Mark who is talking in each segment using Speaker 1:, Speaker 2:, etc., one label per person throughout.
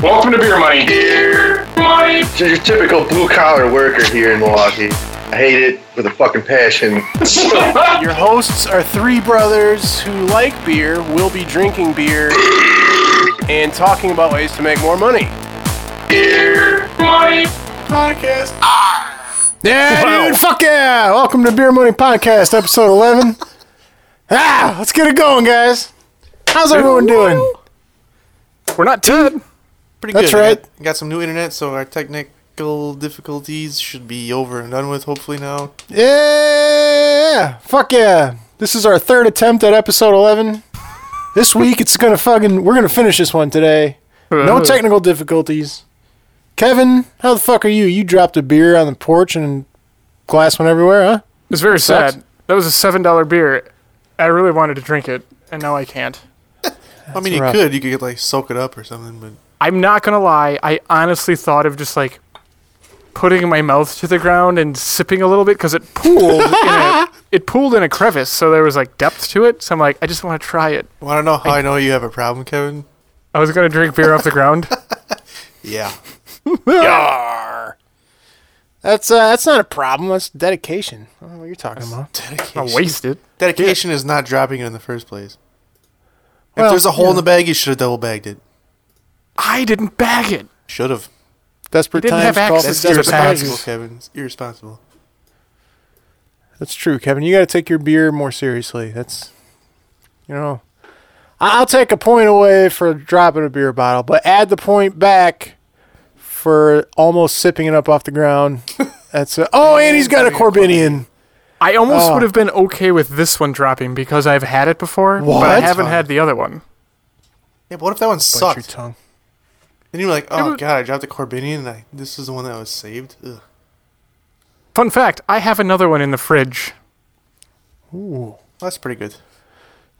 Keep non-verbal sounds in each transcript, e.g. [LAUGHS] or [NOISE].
Speaker 1: Welcome to Beer Money. Beer Money.
Speaker 2: Just your typical blue collar worker here in Milwaukee. I hate it with a fucking passion.
Speaker 3: Your hosts are three brothers who like beer, will be drinking beer, and talking about ways to make more money.
Speaker 1: Beer Money.
Speaker 3: Podcast. Yeah, dude, fuck yeah! Welcome to Beer Money Podcast, episode 11. ah, let's get it going, guys. How's everyone doing?
Speaker 4: We're not dead.
Speaker 5: Pretty
Speaker 3: That's
Speaker 5: good.
Speaker 3: right.
Speaker 5: Got, got some new internet, so our technical difficulties should be over and done with, hopefully, now.
Speaker 3: Yeah, fuck yeah! This is our third attempt at episode 11. This week, it's gonna fucking we're gonna finish this one today.
Speaker 4: [LAUGHS]
Speaker 3: No technical difficulties. Kevin, how the fuck are you? You dropped a beer on the porch and glass went everywhere, huh?
Speaker 4: It's very
Speaker 3: Sucks.
Speaker 4: sad. That was a seven dollar beer. I really wanted to drink it, and now I can't.
Speaker 5: I mean, you
Speaker 3: rough.
Speaker 5: could. You could, like, soak it up or something, but
Speaker 4: I'm not gonna lie. I honestly thought of just like putting my mouth to the ground and sipping a little bit because it pooled. in a, it pooled in a crevice, so there was like depth to it. So I'm like, I just want to try it.
Speaker 5: well, I don't know how I know you have a problem, Kevin. [LAUGHS]
Speaker 4: I was gonna drink beer off the ground.
Speaker 5: Yeah.
Speaker 3: Yarr. That's uh, that's not a problem. That's dedication. I don't know what you're talking about.
Speaker 5: Dedication.
Speaker 4: I wasted.
Speaker 5: Dedication is not dropping it in the first place.
Speaker 3: Well,
Speaker 5: if there's a hole in the bag, you should have double bagged it.
Speaker 4: I didn't bag it.
Speaker 5: Should have.
Speaker 3: Desperate
Speaker 4: didn't
Speaker 3: times
Speaker 4: have
Speaker 3: call for
Speaker 4: access
Speaker 5: That's
Speaker 4: to your
Speaker 3: desperate
Speaker 4: bags.
Speaker 5: irresponsible,
Speaker 3: measures.
Speaker 5: Kevin. It's irresponsible.
Speaker 3: That's true, Kevin. You got to take your beer more seriously. That's, you know, I- I'll take a point away for dropping a beer bottle, but add the point back for almost sipping it up off the [LAUGHS] ground. That's a, oh, and he's got a Corbinian.
Speaker 4: I almost
Speaker 3: Oh.
Speaker 4: would have been okay with this one dropping because I've had it before, but I
Speaker 3: What?
Speaker 4: haven't had the other one.
Speaker 5: Yeah, but what if that one
Speaker 3: Bite your
Speaker 5: sucked?
Speaker 3: tongue.
Speaker 5: Then you're like, oh,
Speaker 4: but-
Speaker 5: God, I dropped the Corbinian, and I, this is the one that was saved? Ugh.
Speaker 4: Fun fact: I have another one in the fridge.
Speaker 5: That's pretty good.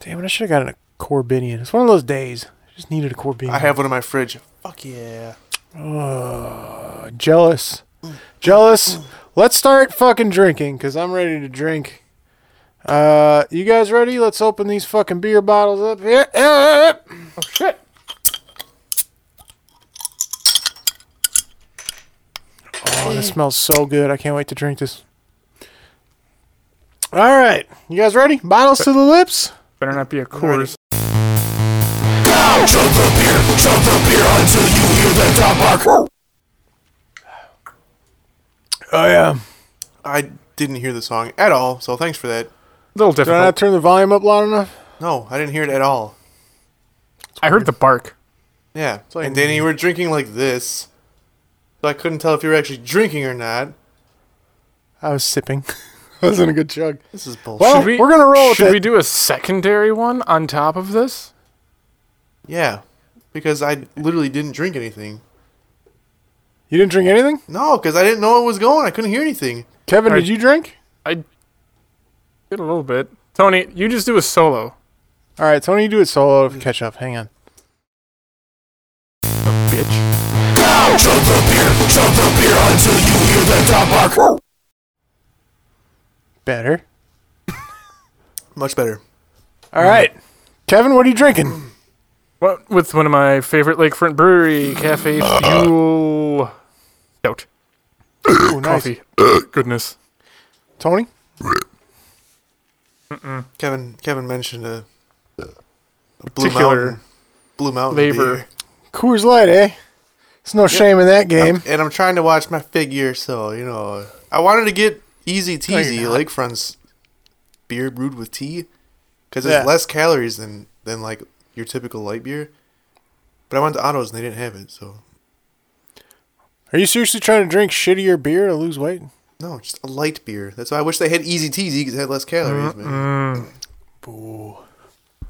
Speaker 3: Damn it! I should have gotten a Corbinian. It's one of those days. I just needed a Corbinian.
Speaker 5: I have one in my fridge. Fuck yeah.
Speaker 3: jealous. Jealous. Let's start fucking drinking because I'm ready to drink. Uh, you guys ready? Let's open these fucking beer bottles up here. Oh shit! Oh, this smells so good. I can't wait to drink this. All right, you guys ready? Bottles to the lips.
Speaker 4: Better not be a Coors.
Speaker 3: Oh yeah.
Speaker 5: I didn't hear the song at all, so thanks for that.
Speaker 4: A little
Speaker 3: Did I not
Speaker 4: difficult.
Speaker 3: turn the volume up loud enough?
Speaker 5: No, I didn't hear it at all.
Speaker 4: I heard the bark.
Speaker 5: Yeah. and Danny, you were drinking like this. So I couldn't tell if you were actually drinking or not.
Speaker 3: I was [LAUGHS] sipping. I was in a good chug.
Speaker 5: This is bullshit.
Speaker 3: Well,
Speaker 4: Should we,
Speaker 3: are gonna roll with
Speaker 4: Should
Speaker 3: it.
Speaker 4: we do a secondary one on top of this?
Speaker 5: yeah. Because I literally didn't drink anything.
Speaker 3: you didn't drink anything,
Speaker 5: No, because I didn't know what was going. I couldn't hear anything.
Speaker 3: Kevin?
Speaker 4: All right.
Speaker 3: Did you drink?
Speaker 4: I did a little bit. Tony, you just do a solo.
Speaker 3: All right, Tony, you do it solo. Catch up. Hang on.
Speaker 4: Bitch.
Speaker 3: Better.
Speaker 5: Much better.
Speaker 3: All right, Kevin, what are you drinking?
Speaker 4: What with one of my favorite lakefront brewery, Cafe Fuel Stout
Speaker 3: Ooh, nice.
Speaker 4: coffee. Goodness.
Speaker 3: Tony,
Speaker 5: Kevin Kevin mentioned a, a Blue
Speaker 4: Particular
Speaker 5: Mountain Blue Mountain
Speaker 4: Labor.
Speaker 5: beer.
Speaker 3: Coors Light, eh? It's no shame in that game.
Speaker 5: And I'm trying to watch my figure, so you know I wanted to get easy teasy lakefronts beer brewed with tea because
Speaker 3: Yeah.
Speaker 5: it's less calories than than like your typical light beer. But I went to Otto's and they didn't have it, so
Speaker 3: Are you seriously trying to drink shittier beer to lose weight?
Speaker 5: no, just a light beer. That's why I wish they had easy teasy because it had less calories. Man.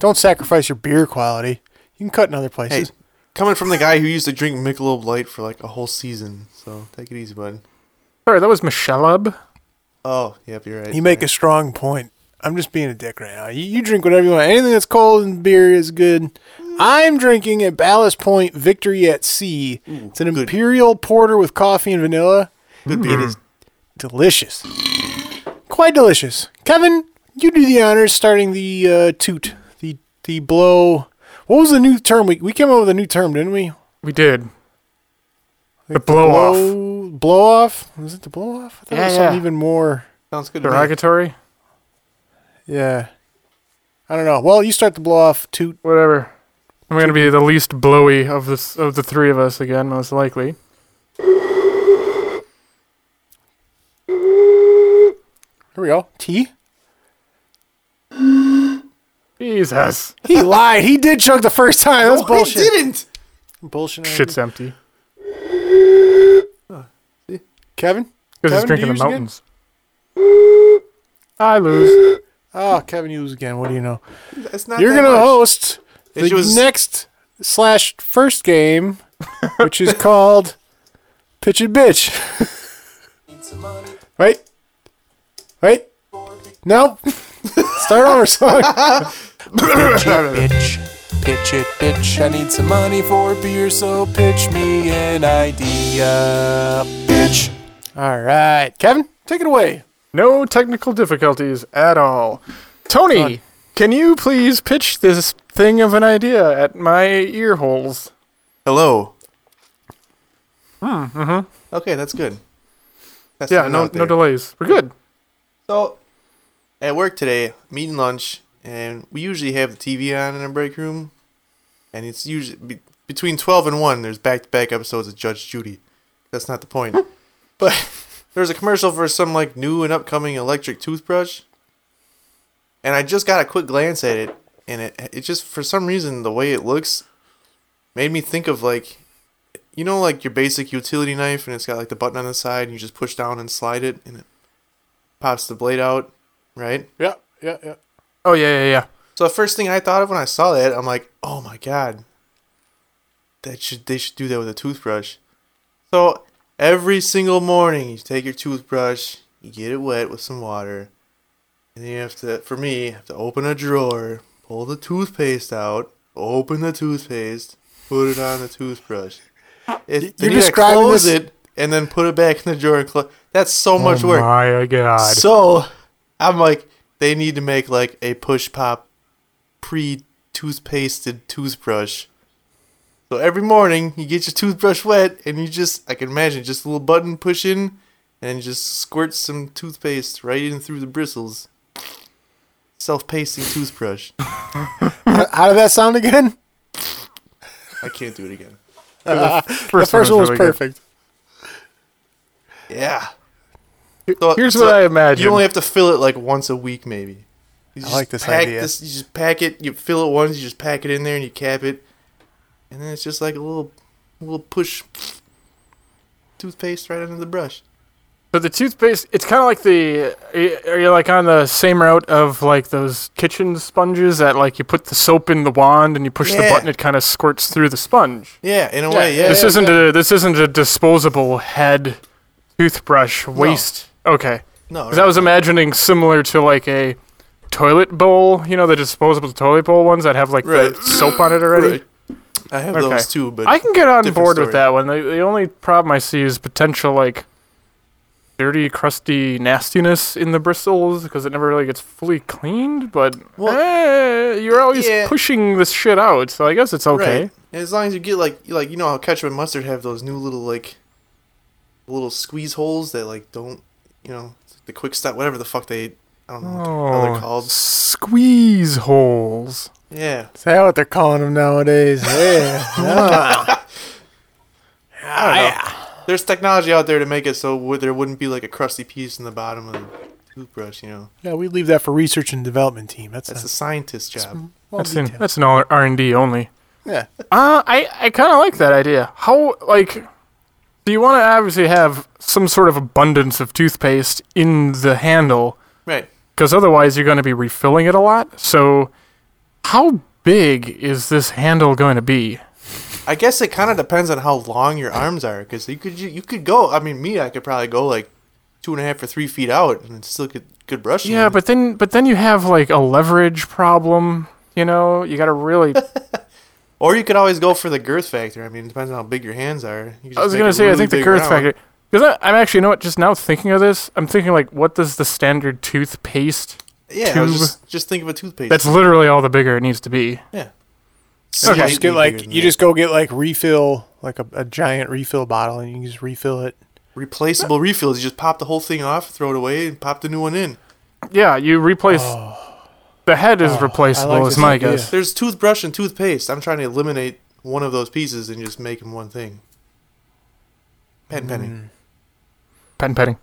Speaker 3: Don't sacrifice your beer quality. You can cut in other
Speaker 5: Hey,
Speaker 3: places.
Speaker 5: coming from the guy who used to drink Michelob Light for like a whole season, so take it easy, bud.
Speaker 4: Sorry, that was Michelab.
Speaker 5: Oh, yep, you're right.
Speaker 3: you make a strong point. I'm just being a dick right now. You, you drink whatever you want. Anything that's cold and beer is good. I'm drinking a Ballast Point Victory at Sea. it's an imperial porter with coffee and vanilla.
Speaker 5: good beer. is-
Speaker 3: delicious. Quite delicious. Kevin, you do the honors starting the uh, toot, the the blow. What was the new term? We, we came up with a new term, didn't we?
Speaker 4: We did. The blow off.
Speaker 3: Blow, blow off? Was it the blow off? I thought it
Speaker 4: Yeah,
Speaker 3: was
Speaker 4: yeah.
Speaker 3: something even more.
Speaker 5: Sounds good to me.
Speaker 4: Derogatory?
Speaker 3: Yeah. I don't know. Well, you start the blow off toot.
Speaker 4: Whatever. I'm going to be the least blowy of, this, of the three of us again, most likely.
Speaker 3: Here we go. T.
Speaker 4: Jesus.
Speaker 3: [LAUGHS] He lied. He did chug the first time. That's
Speaker 5: I
Speaker 3: bullshit.
Speaker 5: didn't.
Speaker 3: Bullshit.
Speaker 4: Shit's empty.
Speaker 3: Kevin?
Speaker 4: Because he's
Speaker 3: Kevin,
Speaker 4: drinking
Speaker 3: do
Speaker 4: the
Speaker 3: yours again?
Speaker 4: mountains. I lose.
Speaker 3: Oh, Kevin Hughes again. What do you know?
Speaker 5: That's not.
Speaker 3: You're
Speaker 5: that
Speaker 3: going to
Speaker 5: much.
Speaker 3: host the
Speaker 5: It was-
Speaker 3: next slash
Speaker 6: [LAUGHS]
Speaker 3: first game, which is called Pitch
Speaker 6: [LAUGHS]
Speaker 3: and Bitch. Wait. Wait.
Speaker 6: [LAUGHS]
Speaker 3: No. Start over song.
Speaker 6: bitch. Pitch it, bitch. I need some money for beer, so pitch me an idea, bitch.
Speaker 3: All right. Kevin, take it away.
Speaker 4: No technical difficulties at all. Tony, can you please pitch this thing of an idea at my ear holes?
Speaker 5: Hello. Mm-hmm. Okay, that's good. That's
Speaker 4: Ah, uh-huh. Yeah,
Speaker 5: not
Speaker 4: no,
Speaker 5: out
Speaker 4: no
Speaker 5: there.
Speaker 4: delays. We're good.
Speaker 5: So, at work today, I'm eating lunch, and we usually have the TV on in our break room, and it's usually be, between twelve and one. There's back-to-back episodes of Judge Judy. That's not the point. but there's a commercial for some like new and upcoming electric toothbrush, and I just got a quick glance at it, and it it just for some reason the way it looks made me think of like. You know, like your basic utility knife, and it's got like the button on the side, and you just push down and slide it, and it pops the blade out, right?
Speaker 3: Yeah, yeah, yeah.
Speaker 4: Oh, yeah, yeah, yeah.
Speaker 5: So the first thing I thought of when I saw that, I'm like, oh my god, that should they should do that with a toothbrush. So every single morning, you take your toothbrush, you get it wet with some water, and then you have to, for me, have to open a drawer, pull the toothpaste out, open the toothpaste, put it on the toothbrush. It, then you gotta
Speaker 3: describing
Speaker 5: close
Speaker 3: this- Oh
Speaker 5: it and then put it back in the drawer. And close. That's so much work.
Speaker 4: My God.
Speaker 5: So I'm like, they need to make like a push pop pre toothpasted toothbrush. So every morning you get your toothbrush wet and you just I can imagine just a little button push in and just squirt some toothpaste right in through the bristles. Self pasting toothbrush.
Speaker 3: How did that sound again?
Speaker 5: I can't do it again.
Speaker 3: The first one was
Speaker 4: really good.
Speaker 3: perfect.
Speaker 5: Yeah. So-
Speaker 4: Here's
Speaker 5: so
Speaker 4: what I imagine.
Speaker 5: You only have to fill it like once a week, maybe. You just
Speaker 3: like this
Speaker 5: pack
Speaker 3: idea.
Speaker 5: This, you just pack it. You fill it once. You just pack it in there and you cap it, and then it's just like a little, little push toothpaste right under the brush.
Speaker 4: But the toothpaste, it's kind of like the. Are you like on the same route of like those kitchen sponges that like you put the soap in the wand and you push the
Speaker 5: Yeah.
Speaker 4: button, it kind of squirts through the sponge.
Speaker 5: Yeah, in a way. Yeah.
Speaker 4: this
Speaker 5: yeah.
Speaker 4: isn't a this isn't a disposable head toothbrush waste. Okay,
Speaker 5: no.
Speaker 4: 'Cause I was imagining similar to like a toilet bowl. You know the disposable toilet bowl ones that have like
Speaker 5: Right.
Speaker 4: the soap on it already.
Speaker 5: Right. I have
Speaker 4: Okay.
Speaker 5: those too, but
Speaker 4: I can get on
Speaker 5: different
Speaker 4: board with
Speaker 5: story.
Speaker 4: that one. The, the only problem I see is potential like dirty, crusty nastiness in the bristles because it never really gets fully cleaned. But
Speaker 5: Well,
Speaker 4: eh, you're always
Speaker 5: yeah.
Speaker 4: pushing this shit out, so I guess it's okay.
Speaker 5: right. And as long as you get like, like you know how ketchup and mustard have those new little like, little squeeze holes that like don't, you know, the quick stop, whatever the fuck they, I don't know what the hell they're
Speaker 4: Oh,
Speaker 5: called.
Speaker 4: squeeze holes.
Speaker 5: Yeah.
Speaker 3: Is that what they're calling
Speaker 6: [LAUGHS]
Speaker 3: them nowadays? Yeah.
Speaker 5: There's technology out there to make it so wo- there wouldn't be like a crusty piece in the bottom of the toothbrush. You know,
Speaker 3: yeah, we leave that for research and development team. That's,
Speaker 5: that's
Speaker 3: a
Speaker 5: a scientist's job.
Speaker 3: small
Speaker 4: That's in,
Speaker 3: detail.
Speaker 4: that's an R and D only.
Speaker 3: Yeah.
Speaker 4: Uh, I I kind of like that idea. How like. Do you want to obviously have some sort of abundance of toothpaste in the handle,
Speaker 5: Right.
Speaker 4: because otherwise you're going to be refilling it a lot. So, how big is this handle going to be?
Speaker 5: I guess it kind of depends on how long your arms are, because you could you, you could go. I mean, me, I could probably go like two and a half or three feet out, and it's still good good brushing.
Speaker 4: Yeah, but then but then you have like a leverage problem. You know, you got to
Speaker 5: [LAUGHS]
Speaker 4: really.
Speaker 5: or you could always go for the girth factor. I mean, it depends on how big your hands are. You could
Speaker 4: I
Speaker 5: just
Speaker 4: was
Speaker 5: make
Speaker 4: going
Speaker 5: it
Speaker 4: to say, I
Speaker 5: really
Speaker 4: think the
Speaker 5: big
Speaker 4: girth
Speaker 5: round.
Speaker 4: factor. Because I'm actually, you know what? Just now thinking of this, I'm thinking like, what does the standard toothpaste?
Speaker 5: Yeah, I was
Speaker 4: tube-
Speaker 5: just just think of a toothpaste.
Speaker 4: That's literally all the bigger it needs to be.
Speaker 5: yeah.
Speaker 4: [LAUGHS]
Speaker 3: You just
Speaker 5: Slightly
Speaker 3: get like
Speaker 5: bigger than
Speaker 3: you
Speaker 5: that.
Speaker 3: just go get like refill, like a, a giant refill bottle, and you can just refill it.
Speaker 5: replaceable refills. You just pop the whole thing off, throw it away, and pop the new one in.
Speaker 4: Yeah, you replace. The head is replaceable,
Speaker 3: I like
Speaker 4: is
Speaker 3: this
Speaker 4: my
Speaker 3: idea.
Speaker 4: guess.
Speaker 5: There's toothbrush and toothpaste. I'm trying to eliminate one of those pieces and just make them one thing. Pen penny.
Speaker 3: Mm.
Speaker 4: Pen petting.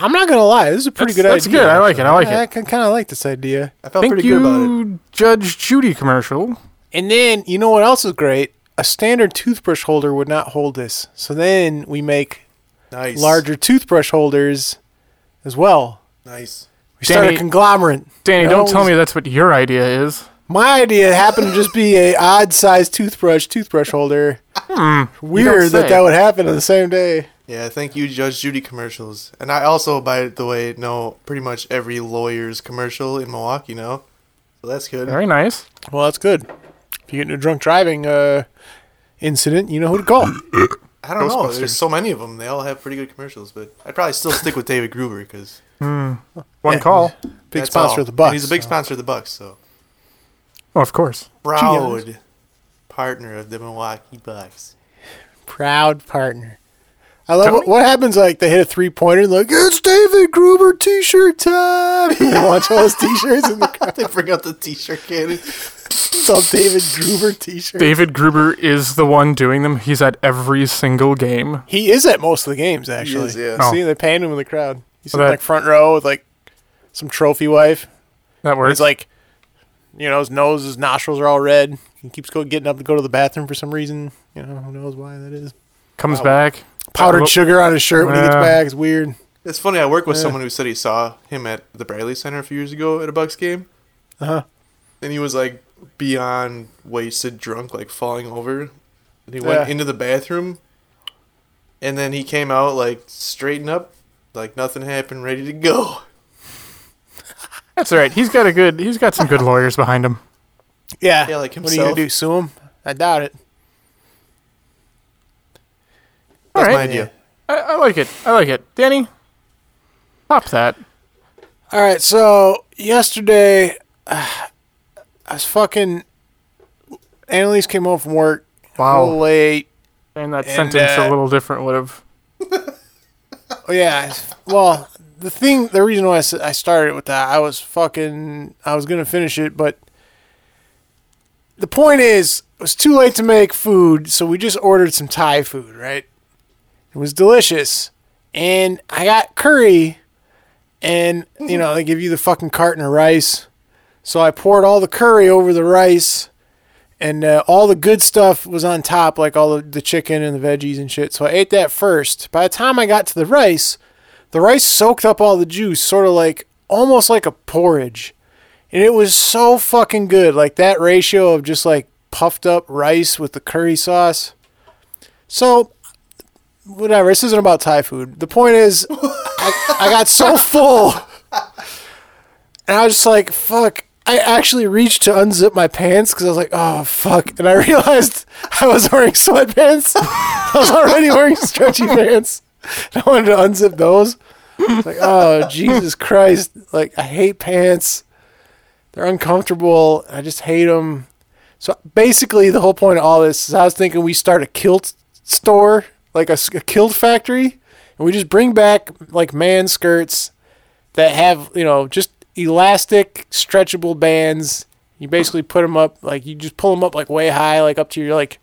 Speaker 3: I'm not gonna lie, this is a pretty
Speaker 4: That's-
Speaker 3: good
Speaker 4: that's
Speaker 3: idea.
Speaker 4: good. I like it. I like
Speaker 3: I
Speaker 4: it.
Speaker 3: kind of like this idea.
Speaker 5: I felt
Speaker 4: Thank
Speaker 5: pretty good about it.
Speaker 4: you, Judge Judy commercial.
Speaker 3: And then you know what else is great? A standard toothbrush holder would not hold this. So then we make
Speaker 5: Nice.
Speaker 3: larger toothbrush holders as well.
Speaker 5: Nice.
Speaker 3: We start
Speaker 4: Danny-
Speaker 3: a conglomerate.
Speaker 4: Danny,
Speaker 3: That
Speaker 4: don't tell
Speaker 3: always-
Speaker 4: me that's what your idea is.
Speaker 3: My idea happened to just be a odd sized toothbrush toothbrush
Speaker 4: [LAUGHS]
Speaker 3: holder. Weird
Speaker 4: Hmm. say.
Speaker 3: that that would happen on the same day.
Speaker 5: Yeah, thank you, Judge Judy commercials. And I also, by the way, know pretty much every lawyer's commercial in Milwaukee now. So that's good.
Speaker 4: Very nice.
Speaker 3: Well, that's good. If you get in a drunk driving uh, incident, you know who to call.
Speaker 5: [COUGHS] I don't know. There's so many of them. They all have pretty good commercials, but I'd probably still stick with David Gruber because
Speaker 4: One call.
Speaker 3: Big sponsor of the Bucks.
Speaker 5: He's a big sponsor of the Bucks, so
Speaker 4: Oh, of course.
Speaker 5: proud partner of the Milwaukee Bucks. [LAUGHS]
Speaker 3: proud partner. I love what, what happens. Like they hit a three pointer, like it's David Gruber T-shirt time. [LAUGHS] You watch all his T-shirts in the crowd.
Speaker 5: They bring out the T-shirt candy.
Speaker 3: It's all David Gruber T-shirt.
Speaker 4: David Gruber is the one doing them. He's at every single game.
Speaker 3: He is at most of the games actually.
Speaker 5: is, yeah.
Speaker 3: See, they panned him in the crowd. He's
Speaker 4: Well,
Speaker 3: in
Speaker 4: that-
Speaker 3: like front row with like some trophy wife.
Speaker 4: That works.
Speaker 3: He's like, you know, his nose, his nostrils are all red. He keeps go getting up to go to the bathroom for some reason. You know, who knows why that is.
Speaker 4: Comes
Speaker 3: oh.
Speaker 4: back. Oh,
Speaker 3: Powdered
Speaker 4: Well-
Speaker 3: sugar on his shirt when he gets
Speaker 4: Yeah.
Speaker 3: back. It's weird.
Speaker 5: It's funny. I worked with someone who said he saw him at the Bradley Center a few years ago at a Bucks game. Uh
Speaker 3: Uh-huh.
Speaker 5: And he was like beyond wasted, drunk, like falling over. And he
Speaker 3: Yeah.
Speaker 5: went into the bathroom, and then he came out like straightened up, like nothing happened, ready to go. [LAUGHS]
Speaker 4: oh, That's all right. He's got a good. He's got some good lawyers behind him.
Speaker 3: Yeah.
Speaker 5: Yeah, like
Speaker 3: What are you gonna
Speaker 5: himself.
Speaker 3: do? Sue him? I doubt it.
Speaker 4: All
Speaker 5: That's
Speaker 4: right.
Speaker 5: my idea.
Speaker 4: I, I like it. I like it. Danny, pop that.
Speaker 3: All right, so yesterday, [SIGHS] I was fucking. Annalise came home from work
Speaker 4: Wow.
Speaker 3: real late.
Speaker 4: And that
Speaker 3: And,
Speaker 4: sentence
Speaker 3: uh,
Speaker 4: a little different would have.
Speaker 3: Oh, yeah, well, the thing, the reason why I s- I started with that, I was fucking, I was gonna finish it, but the point is, it was too late to make food, so we just ordered some Thai food, right? It was delicious, and I got curry, and you know they give you the fucking carton of rice, so I poured all the curry over the rice, and uh, all the good stuff was on top, like all the, the chicken and the veggies and shit. So I ate that first. By the time I got to the rice, the rice soaked up all the juice, sort of like almost like a porridge, and it was so fucking good. Like that ratio of just like puffed up rice with the curry sauce. So whatever. This isn't about Thai food. The point is, I, I got so [LAUGHS] full, and I was just like, "Fuck!" I actually reached to unzip my pants because I was like, "Oh fuck!" And I [LAUGHS] realized I was wearing sweatpants. [LAUGHS] I was already wearing stretchy pants. And I wanted to unzip those. I was like, "Oh Jesus Christ!" Like I hate pants. They're uncomfortable. I just hate them. So basically, the whole point of all this is I was thinking we start a kilt store, like a, s- a kilt factory, and we just bring back like man skirts that have, you know, just elastic, stretchable bands. You basically put them up, like, you just pull them up, like, way high, like, up to your, like,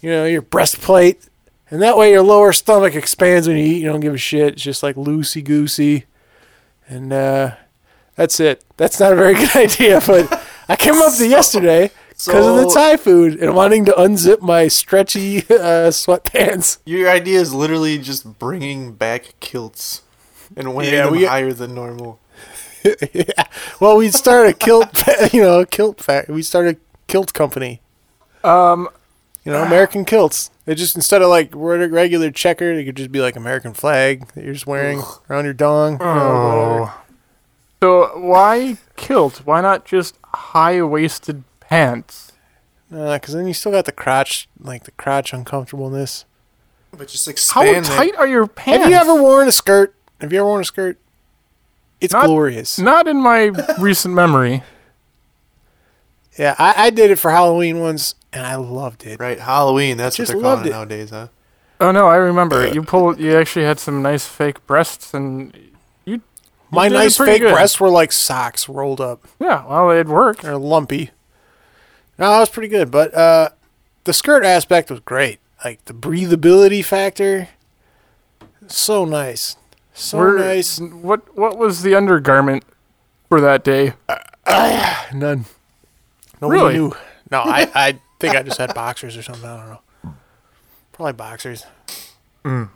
Speaker 3: you know, your breastplate. And that way your lower stomach expands when you eat. You don't give a shit. It's just, like, loosey goosey. And, uh,. That's it. That's not a very [LAUGHS] good idea, but I came up to yesterday because of the
Speaker 5: so-
Speaker 3: Thai food and wanting to unzip my stretchy [LAUGHS] uh, sweatpants.
Speaker 5: Your idea is literally just bringing back kilts and wearing
Speaker 3: Yeah,
Speaker 5: them
Speaker 3: we-
Speaker 5: higher than normal.
Speaker 3: yeah. [LAUGHS] Well, we started a kilt, [LAUGHS] fa- you know, a kilt fact. We started a kilt company. Um, you know, American kilts. They just instead of like re- regular checker, they could just be like American flag that you're just wearing around your dong. you know, whatever.
Speaker 4: Oh. So why kilt? Why not just high waisted pants?
Speaker 3: because Uh, then you still got the crotch, like the crotch uncomfortableness.
Speaker 5: But just
Speaker 4: How
Speaker 5: expand that.
Speaker 4: tight are your pants?
Speaker 3: Have you ever worn a skirt? Have you ever worn a skirt? It's
Speaker 4: Not-
Speaker 3: glorious.
Speaker 4: Not in my recent memory.
Speaker 3: Yeah, I, I did it for Halloween once, and I loved it.
Speaker 5: Right, Halloween. That's what
Speaker 3: Just
Speaker 5: they're calling
Speaker 3: loved
Speaker 5: it
Speaker 3: it.
Speaker 5: nowadays, huh?
Speaker 4: Oh no, I remember. You pulled. You actually had some nice fake breasts, and you. you
Speaker 3: My
Speaker 4: did it
Speaker 3: nice
Speaker 4: pretty
Speaker 3: fake
Speaker 4: good.
Speaker 3: breasts were like socks rolled up.
Speaker 4: Yeah, well, it worked.
Speaker 3: They're lumpy. No, that was pretty good, but uh, the skirt aspect was great. Like the breathability factor, so nice, so
Speaker 4: We're-
Speaker 3: nice.
Speaker 4: What What was the undergarment for that day?
Speaker 3: None. Nobody
Speaker 4: Really?
Speaker 3: knew. No, [LAUGHS] I, I think I just had boxers or something. I don't know. Probably boxers. Mm.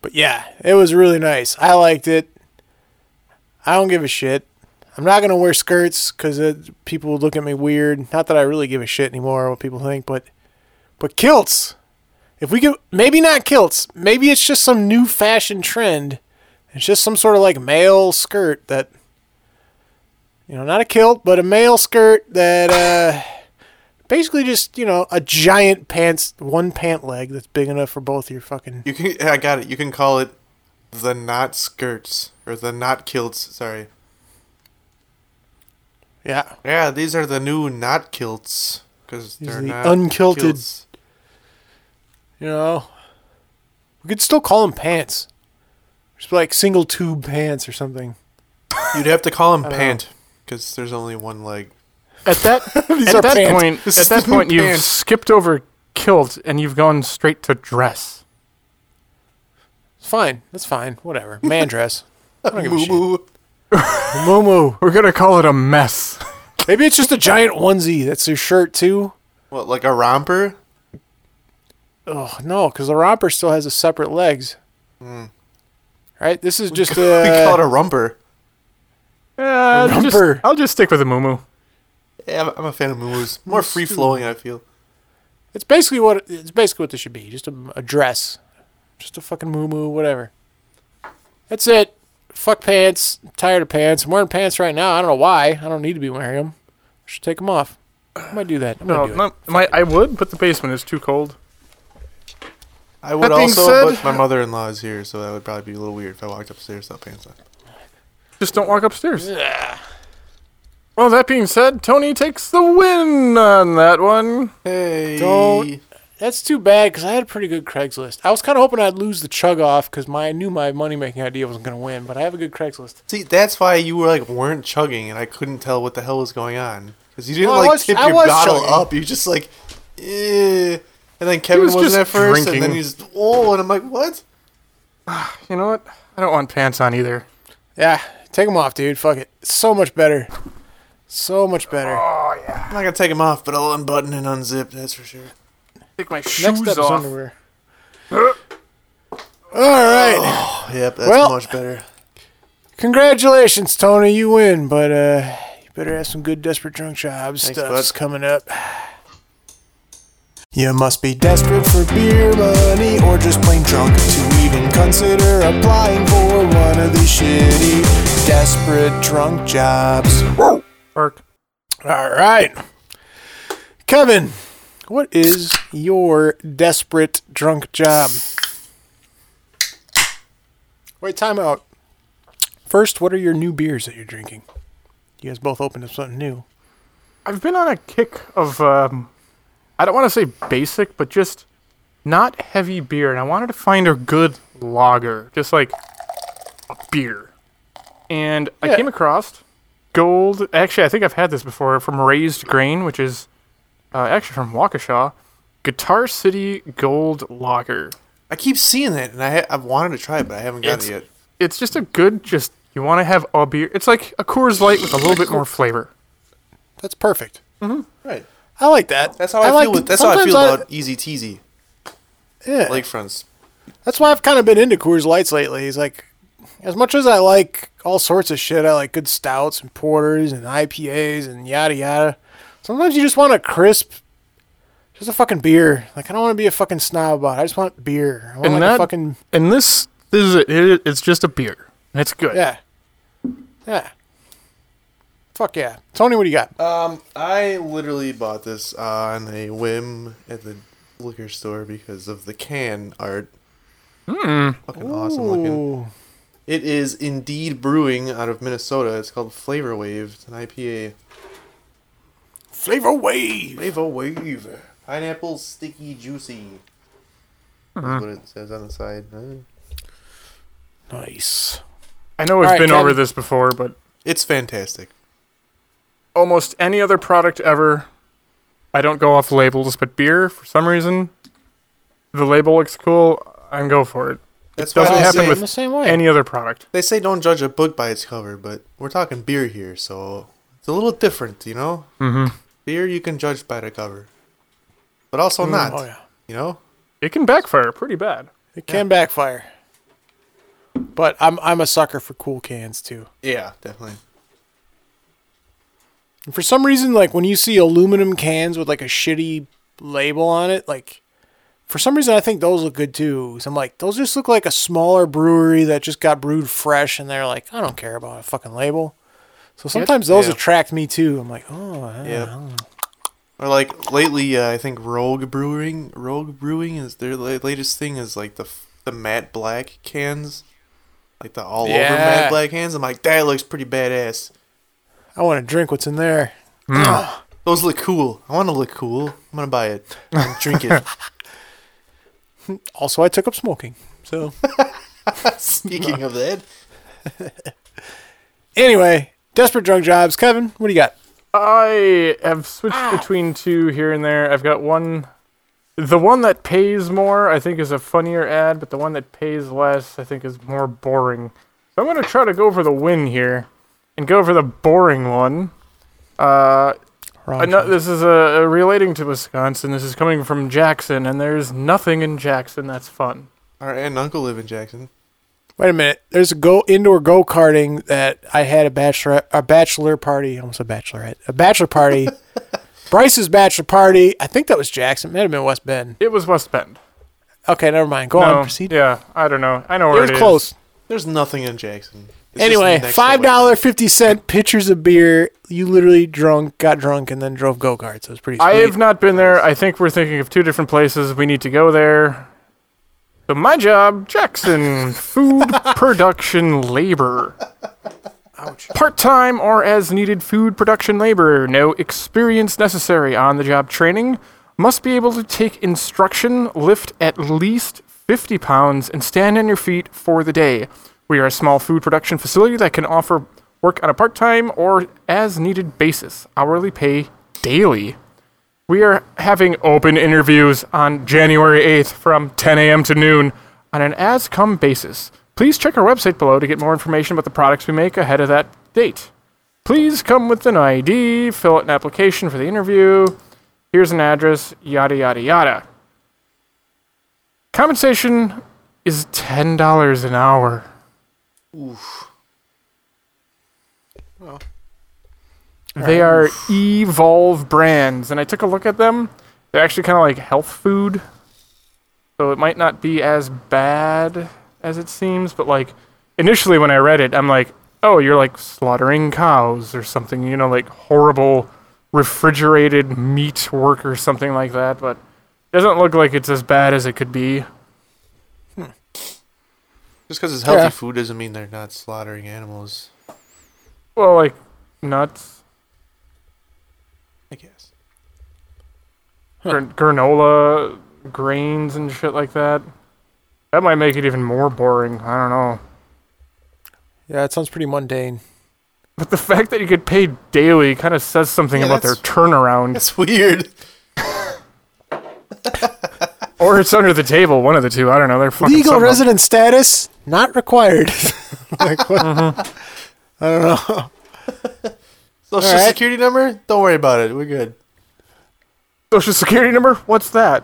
Speaker 3: But yeah, it was really nice. I liked it. I don't give a shit. I'm not gonna wear skirts because people would look at me weird. Not that I really give a shit anymore what people think, but but kilts. If we could, maybe not kilts. Maybe it's just some new fashion trend. It's just some sort of like male skirt that you know, not a kilt, but a male skirt that uh, basically just you know a giant pants, one pant leg that's big enough for both your fucking.
Speaker 5: You can. I got it. You can call it the not skirts or the not kilts. Sorry.
Speaker 3: Yeah,
Speaker 5: Yeah, these are the new not kilts because
Speaker 3: These
Speaker 5: they're
Speaker 3: are the
Speaker 5: not
Speaker 3: unkilted-
Speaker 5: kilts.
Speaker 3: you know, we could still call them pants, just like single tube pants or something. [LAUGHS]
Speaker 5: You'd have to call them pant because there's only one leg.
Speaker 4: At that
Speaker 3: are
Speaker 4: at that
Speaker 3: pants.
Speaker 4: point,
Speaker 5: This
Speaker 4: at
Speaker 3: [LAUGHS]
Speaker 5: is
Speaker 4: that point, you've
Speaker 5: pants.
Speaker 4: skipped over kilt and you've gone straight to dress.
Speaker 3: It's fine. That's fine. Whatever. Man dress. I don't give a Oh, shit.
Speaker 5: Boo.
Speaker 3: Moo moo.
Speaker 4: We're gonna call it a mess.
Speaker 3: Maybe it's just a giant onesie. That's your shirt too.
Speaker 5: What, like a romper? [LAUGHS]
Speaker 3: Oh no, because the romper still has a separate legs.
Speaker 4: Hmm.
Speaker 3: Right. This is
Speaker 4: [LAUGHS]
Speaker 3: just
Speaker 5: we call it
Speaker 3: a.
Speaker 5: a rumper.
Speaker 4: Uh, just-
Speaker 3: Rumper.
Speaker 4: I'll just stick with the moo
Speaker 5: Yeah, I'm- I'm a fan of moo-moos. More free flowing, I feel.
Speaker 3: It's basically what it's basically what this should be. Just a, a dress, just a fucking moo moo, whatever. That's it. Fuck pants. I'm tired of pants. I'm wearing pants right now. I don't know why. I don't need to be wearing them. I should take them off. I might do that. I'm
Speaker 4: No,
Speaker 3: gonna do it.
Speaker 4: no my, I would, but the basement is too cold.
Speaker 5: I would
Speaker 4: That being
Speaker 5: also,
Speaker 4: said-
Speaker 5: but my mother-in-law is here, so that would probably be a little weird if I walked upstairs without pants on.
Speaker 4: Just don't walk upstairs. Well, that being said, Tony takes the win on that one.
Speaker 5: Hey,
Speaker 3: Don't- That's too bad because I had a pretty good Craigslist. I was kind of hoping I'd lose the chug off because my I knew my money making idea wasn't gonna win, but I have a good Craigslist.
Speaker 5: see, that's why you were like weren't chugging, and I couldn't tell what the hell was going on because you didn't
Speaker 3: Well, I
Speaker 5: like
Speaker 3: was-
Speaker 5: tip
Speaker 3: I
Speaker 5: your
Speaker 3: was
Speaker 5: bottle
Speaker 3: chugging.
Speaker 5: up. You just like, eh. and then Kevin
Speaker 4: was
Speaker 5: was,
Speaker 4: just
Speaker 5: not at first, and
Speaker 4: drinking.
Speaker 5: then he's oh, and I'm like, what?
Speaker 4: You know what? I don't want pants on either.
Speaker 3: Yeah, take them off, dude. Fuck it. It's so much better. So much better.
Speaker 4: Ah,
Speaker 5: I'm not gonna take them off, but I'll unbutton and unzip. That's for sure.
Speaker 4: Take my shoes
Speaker 3: Next up is
Speaker 4: off.
Speaker 3: underwear. All right.
Speaker 5: Oh, yep, that's
Speaker 3: Well-
Speaker 5: much better.
Speaker 3: Congratulations, Tony. You win, but uh, you better have some good Desperate Drunk Jobs
Speaker 5: Thanks,
Speaker 3: stuff's
Speaker 5: bud.
Speaker 3: coming up.
Speaker 6: You must be desperate for beer money or just plain drunk to even consider applying for one of these shitty desperate drunk jobs.
Speaker 4: Bark.
Speaker 3: All right. Kevin, what is your Desperate Drunk Job? Wait, time out. First, what are your new beers that you're drinking? You guys both opened up something new.
Speaker 4: I've been on a kick of, um, I don't want to say basic, but just not heavy beer. And I wanted to find a good lager, just like a beer. And I
Speaker 3: Yeah.
Speaker 4: came across Gold. Actually, I think I've had this before from Raised Grain, which is uh, actually from Waukesha. Guitar City Gold Lager.
Speaker 5: I keep seeing that, and I ha- I've wanted to try it, but I haven't got it
Speaker 4: It's-
Speaker 5: yet.
Speaker 4: It's just a good, just, you want to have a beer. It's like a Coors Light with a little bit more flavor.
Speaker 3: That's perfect.
Speaker 5: Right.
Speaker 3: I like that.
Speaker 5: That's how I,
Speaker 3: like
Speaker 5: feel. With,
Speaker 3: th-
Speaker 5: that's how I
Speaker 3: sometimes
Speaker 5: feel about Easy Teasy
Speaker 3: yeah.
Speaker 5: Lake Fronts.
Speaker 3: That's why I've kind of been into Coors Lights lately. Is like, as much as I like all sorts of shit, I like good stouts and porters and IPAs and yada yada. Sometimes you just want a crisp, just a fucking beer. Like I don't want to be a fucking snob about it. I just want beer. I want
Speaker 4: And
Speaker 3: Oh, like
Speaker 4: that-
Speaker 3: a fucking
Speaker 4: And this, this is it. it it's just a beer. And it's good.
Speaker 3: yeah, yeah. Fuck yeah, Tony. What do you got?
Speaker 6: Uh,
Speaker 5: Um, I literally bought this on a whim at the liquor store because of the can art.
Speaker 4: Hmm.
Speaker 5: Mm. Fucking awesome looking.
Speaker 3: Ooh.
Speaker 5: It is Indeed Brewing out of Minnesota. It's called Flavor Wave. It's an IPA.
Speaker 6: Flavor wave.
Speaker 5: Flavor wave. Pineapple sticky juicy.
Speaker 4: Uh-huh.
Speaker 5: That's what it says on the side. Uh,
Speaker 3: Nice.
Speaker 4: I know we've
Speaker 3: right,
Speaker 4: been over
Speaker 3: Kevin.
Speaker 4: this before, but
Speaker 5: It's fantastic.
Speaker 4: almost any other product ever, I don't go off labels, but beer, for some reason, the label looks cool. I go for it.
Speaker 5: That's
Speaker 4: doesn't
Speaker 5: why they
Speaker 4: happen
Speaker 5: say,
Speaker 3: I'm
Speaker 4: with-
Speaker 3: the same way.
Speaker 4: Any other product.
Speaker 5: they say don't judge a book by its cover, but we're talking beer here, so it's a little different, you know. Mm-hmm. Beer you can judge by the cover, but also not.
Speaker 3: oh yeah.
Speaker 5: You know,
Speaker 4: It can backfire pretty bad.
Speaker 3: It can backfire. But I'm I'm a sucker for cool cans too.
Speaker 5: Yeah, definitely.
Speaker 3: And for some reason, like when you see aluminum cans with like a shitty label on it, like for some reason I think those look good too. So I'm like, those just look like a smaller brewery that just got brewed fresh, and they're like, I don't care about a fucking label. So sometimes those
Speaker 5: Yeah.
Speaker 3: attract me too. I'm like, oh, I
Speaker 5: Yeah.
Speaker 3: don't know.
Speaker 5: Or like lately, uh, I think Rogue Brewing, Rogue Brewing is their la- latest thing is like the f- the matte black cans, like the all over
Speaker 3: Yeah.
Speaker 5: matte black cans. I'm like, that looks pretty badass.
Speaker 3: I want to drink what's in there.
Speaker 5: Those look cool. I want to look cool. I'm gonna buy
Speaker 3: [LAUGHS]
Speaker 5: it and drink it.
Speaker 3: Also, I took up smoking. So [LAUGHS]
Speaker 5: Speaking of that,
Speaker 3: anyway, desperate drunk jobs. Kevin, what do you got?
Speaker 4: I have switched
Speaker 3: Ah.
Speaker 4: between two here and there. I've got one. The one that pays more, I think, is a funnier ad, but the one that pays less, I think, is more boring. So I'm going to try to go for the win here and go for the boring one. Uh,
Speaker 3: Wrong
Speaker 4: I know
Speaker 3: choice.
Speaker 4: this is uh, uh, relating to Wisconsin. This is coming from Jackson, and there's nothing in Jackson that's fun.
Speaker 5: our aunt and uncle live in Jackson.
Speaker 3: Wait a minute. There's a go indoor go karting that I had a bachelor a bachelor party. I Almost a bachelorette. A bachelor party. Bryce's bachelor party. I think that was Jackson. Might have been West Bend.
Speaker 4: It was West Bend.
Speaker 3: Okay, never mind. Go
Speaker 4: No,
Speaker 3: on. Proceed.
Speaker 4: Yeah, I don't know. I know
Speaker 3: it
Speaker 4: where
Speaker 3: was
Speaker 4: it is.
Speaker 3: close.
Speaker 5: There's nothing in Jackson. It's just
Speaker 3: Anyway,
Speaker 5: next to
Speaker 3: five
Speaker 5: West-
Speaker 3: dollar fifty cent pitchers of beer. You literally drunk, got drunk, and then drove go karts. It was pretty. Sweet.
Speaker 4: I have not been there. I think we're thinking of two different places. We need to go there. So my job, Jackson, food production labor. Part-time or as needed food production labor. No experience necessary on the job training. Must be able to take instruction, lift at least 50 pounds, and stand on your feet for the day. We are a small food production facility that can offer work on a part-time or as needed basis. Hourly pay daily. We are having open interviews on January 8th from 10 a.m. to noon on an as come basis. Please check our website below to get more information about the products we make ahead of that date. Please come with an ID, fill out an application for the interview. Here's an address, yada, yada, yada. Compensation is $10 an hour. They are Evolve brands, and I took a look at them. They're actually kind of like health food, so it might not be as bad as it seems. But like initially, when I read it, I'm like, "Oh, you're like slaughtering cows or something," you know, like horrible refrigerated meat work or something like that. But it doesn't look like it's as bad as it could be.
Speaker 5: Just because it's healthy
Speaker 3: Yeah.
Speaker 5: food doesn't mean they're not slaughtering animals.
Speaker 4: Well, like nuts,
Speaker 5: I guess.
Speaker 4: gr- granola, grains, and shit like that. That might make it even more boring. I don't know.
Speaker 3: yeah, it sounds pretty mundane.
Speaker 4: But the fact that you get paid daily kind of says something
Speaker 5: Yeah,
Speaker 4: about their
Speaker 5: that's-
Speaker 4: turnaround.
Speaker 5: That's [LAUGHS] weird.
Speaker 4: Or it's under the table, one of the two. I don't know. They're fucking
Speaker 3: Legal
Speaker 4: something up.
Speaker 3: resident status not
Speaker 4: [LAUGHS]
Speaker 3: required. [LAUGHS] like what?
Speaker 4: Uh-huh.
Speaker 3: I don't know.
Speaker 5: Social
Speaker 3: right.
Speaker 5: security number? Don't worry about it. We're good.
Speaker 4: Social security number? What's that?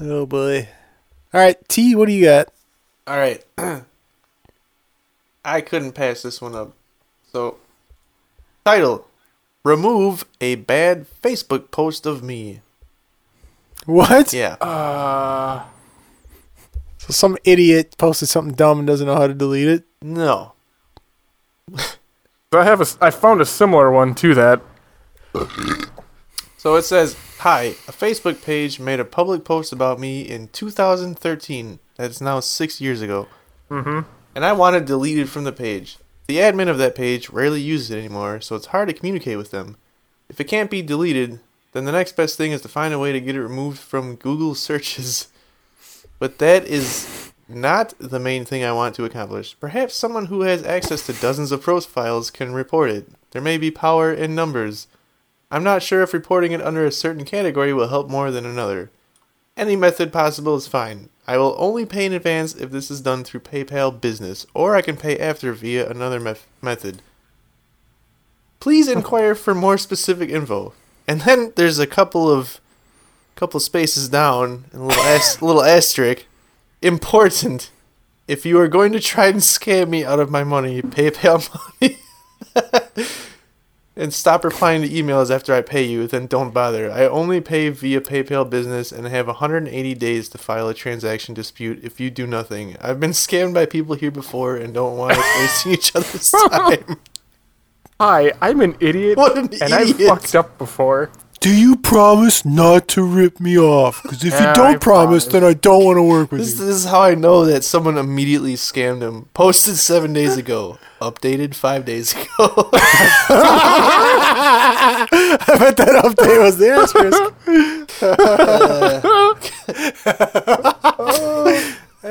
Speaker 3: Oh boy. All right, T, what do you got?
Speaker 5: All right. [CLEARS THROAT] I couldn't pass this one up. So, title: Remove a bad Facebook post of me.
Speaker 3: What?
Speaker 5: Yeah.
Speaker 3: So some idiot posted something dumb and doesn't know how to delete it.
Speaker 5: no.
Speaker 4: So I have a. s- I found a similar one to that.
Speaker 5: So it says, "Hi, a Facebook page made a public post about me in 2013. That's now six years ago. Mm-hmm. And I want it deleted from the page. The admin of that page rarely uses it anymore, so it's hard to communicate with them. If it can't be deleted, then the next best thing is to find a way to get it removed from Google searches. But that is not the main thing I want to accomplish. Perhaps someone who has access to dozens of profiles can report it. There may be power in numbers. I'm not sure if reporting it under a certain category will help more than another. Any method possible is fine. I will only pay in advance if this is done through PayPal business, or I can pay after via another mef- method. Please inquire for more specific info. And then there's a couple of couple spaces down and a little as- little asterisk. Important. If you are going to try and scam me out of my money, [LAUGHS] PayPal money and stop replying to emails after I pay you, then don't bother. I only pay via PayPal business and have 180 days to file a transaction dispute if you do nothing. I've been scammed by people here before and don't want
Speaker 4: [LAUGHS]
Speaker 5: us wasting each other's time. [LAUGHS]
Speaker 4: Hi, I'm an idiot,
Speaker 5: What an
Speaker 4: and I've
Speaker 5: idiot.
Speaker 4: fucked up before.
Speaker 6: Do you promise not to rip me off? Because if
Speaker 4: Yeah,
Speaker 6: you
Speaker 4: I
Speaker 6: don't promise,
Speaker 4: promise.
Speaker 6: then I don't want to work with
Speaker 5: This,
Speaker 6: you.
Speaker 5: this is how I know that someone immediately scammed him. Posted
Speaker 4: [LAUGHS]
Speaker 5: seven days ago, updated five days
Speaker 3: [LAUGHS]
Speaker 5: ago. [LAUGHS]
Speaker 3: I bet that update was the asterisk.
Speaker 6: [LAUGHS]
Speaker 3: [LAUGHS] that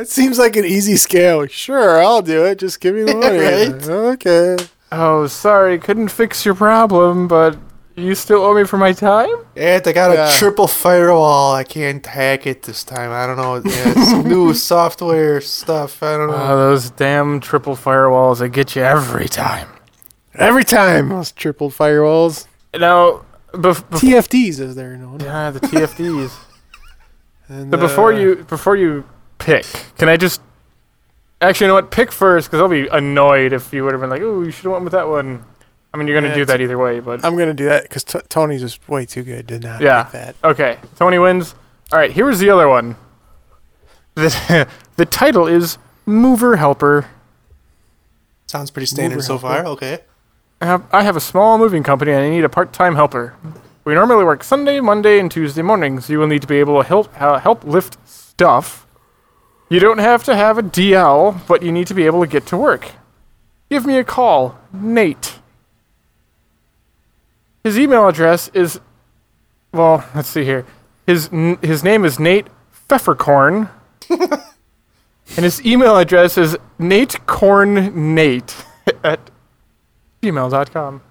Speaker 3: seems like an easy scale. Sure, I'll do it. Just give me the
Speaker 6: [LAUGHS]
Speaker 3: money.
Speaker 5: Right?
Speaker 3: Okay.
Speaker 4: Oh, sorry, couldn't fix your problem, but you still owe me for my time?
Speaker 5: And I got
Speaker 3: Yeah.
Speaker 5: a triple firewall. I can't hack it this time. I don't know. Yeah,
Speaker 4: [LAUGHS]
Speaker 5: it's new software stuff. I don't know.
Speaker 4: Oh, those damn triple firewalls, they get you every time.
Speaker 3: Every time those triple
Speaker 6: [LAUGHS]
Speaker 3: firewalls,
Speaker 4: Now, bef- bef-
Speaker 3: TFDs as they're known.
Speaker 4: yeah, the TFDs.
Speaker 3: [LAUGHS] And,
Speaker 4: But before
Speaker 3: uh,
Speaker 4: you before you pick, can I just actually you know what pick first because I'll be annoyed if you would have been like, oh, you should have went with that one. I mean, you're gonna
Speaker 3: Yeah,
Speaker 4: do
Speaker 3: it's-
Speaker 4: that either way, but
Speaker 3: I'm gonna do that because t- Tony's is way too good to not
Speaker 4: Yeah.
Speaker 3: pick that.
Speaker 4: okay. Tony wins. All right, here is the other one. [LAUGHS] The the title is Mover Helper.
Speaker 5: Sounds pretty standard so far. Okay.
Speaker 4: I have, I have a small moving company and I need a part-time helper. We normally work Sunday, Monday, and Tuesday mornings. You will need to be able to help uh, help lift stuff. You don't have to have a DL, but you need to be able to get to work. Give me a call, Nate. His email address is, well, let's see here. His n- his name is Nate Pfeffercorn, and his email address is natecornnate [LAUGHS] at gmail.com.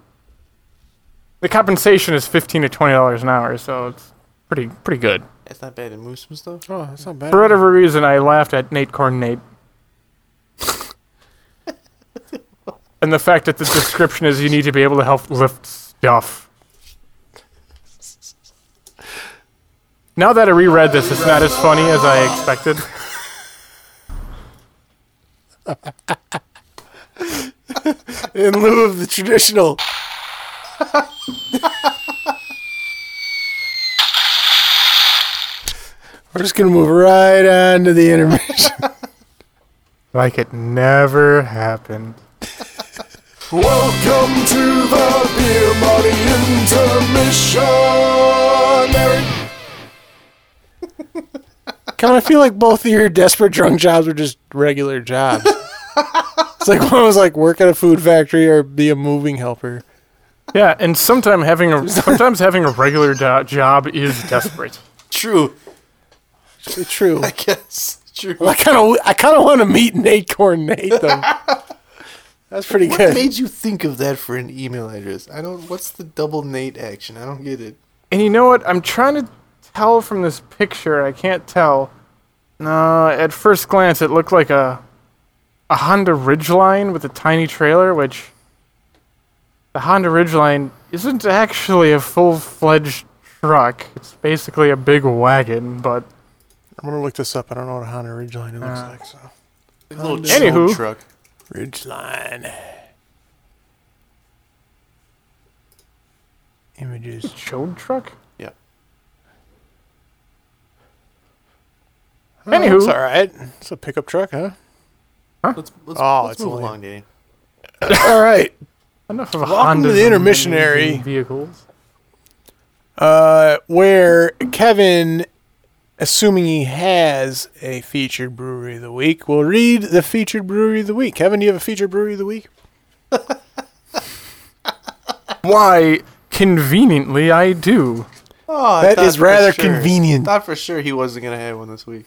Speaker 4: The compensation is fifteen to twenty dollars an hour, so it's pretty pretty good.
Speaker 5: That's not bad. It moves some stuff.
Speaker 3: Oh, that's not bad.
Speaker 4: For whatever reason, I laughed at Nate Corn Nate, [LAUGHS] and the fact that the description is you need to be able to help lift stuff. Now that I reread this, it's not as funny as I expected.
Speaker 3: In lieu of the traditional. We're just gonna move right on to the intermission.
Speaker 4: Like it never happened.
Speaker 6: Welcome to the Beer Money Intermission. Eric,
Speaker 3: Kind of feel like both of your desperate drunk jobs were just
Speaker 6: [LAUGHS]
Speaker 3: regular jobs. it's like one was like work at a food factory or be a moving helper.
Speaker 4: Yeah, and sometimes having a sometimes having a regular do- job is desperate.
Speaker 5: True.
Speaker 3: It's true.
Speaker 5: I guess. True.
Speaker 3: I kind of I kind of want to meet Nate Corn Nate [LAUGHS] though. That's pretty
Speaker 5: What
Speaker 3: good.
Speaker 5: made you think of that for an email address? I don't. What's the double Nate action? I don't get it.
Speaker 4: And you know what? I'm trying to tell from this picture. I can't tell. No, at first glance, it looked like a a Honda Ridgeline with a tiny trailer, which the Honda Ridgeline isn't actually a full-fledged truck. It's basically a big wagon, but
Speaker 3: I'm gonna look this up. I don't know what a Honda Ridgeline it looks like. So
Speaker 5: Like a little
Speaker 4: Anywho.
Speaker 5: tow truck.
Speaker 3: Ridgeline images.
Speaker 4: chode truck.
Speaker 5: Yeah.
Speaker 4: Anywho.
Speaker 3: it's all right. It's a pickup truck, huh?
Speaker 5: Let's let's,
Speaker 3: Oh,
Speaker 5: let's
Speaker 3: it's
Speaker 5: move
Speaker 3: only-
Speaker 5: along, Danny.
Speaker 3: [LAUGHS] all right.
Speaker 4: Enough of
Speaker 3: Welcome to
Speaker 4: Hondas
Speaker 3: the
Speaker 4: and
Speaker 3: intermissionary.
Speaker 4: amazing vehicles.
Speaker 3: Uh, where Kevin, assuming he has a featured brewery of the week, will read the featured brewery of the week. Kevin, do you have a featured brewery of the week?
Speaker 4: Why, conveniently, I do.
Speaker 5: Oh, I
Speaker 3: That
Speaker 5: thought
Speaker 3: is
Speaker 5: for
Speaker 3: rather convenient.
Speaker 5: Thought for sure he wasn't gonna have one this week.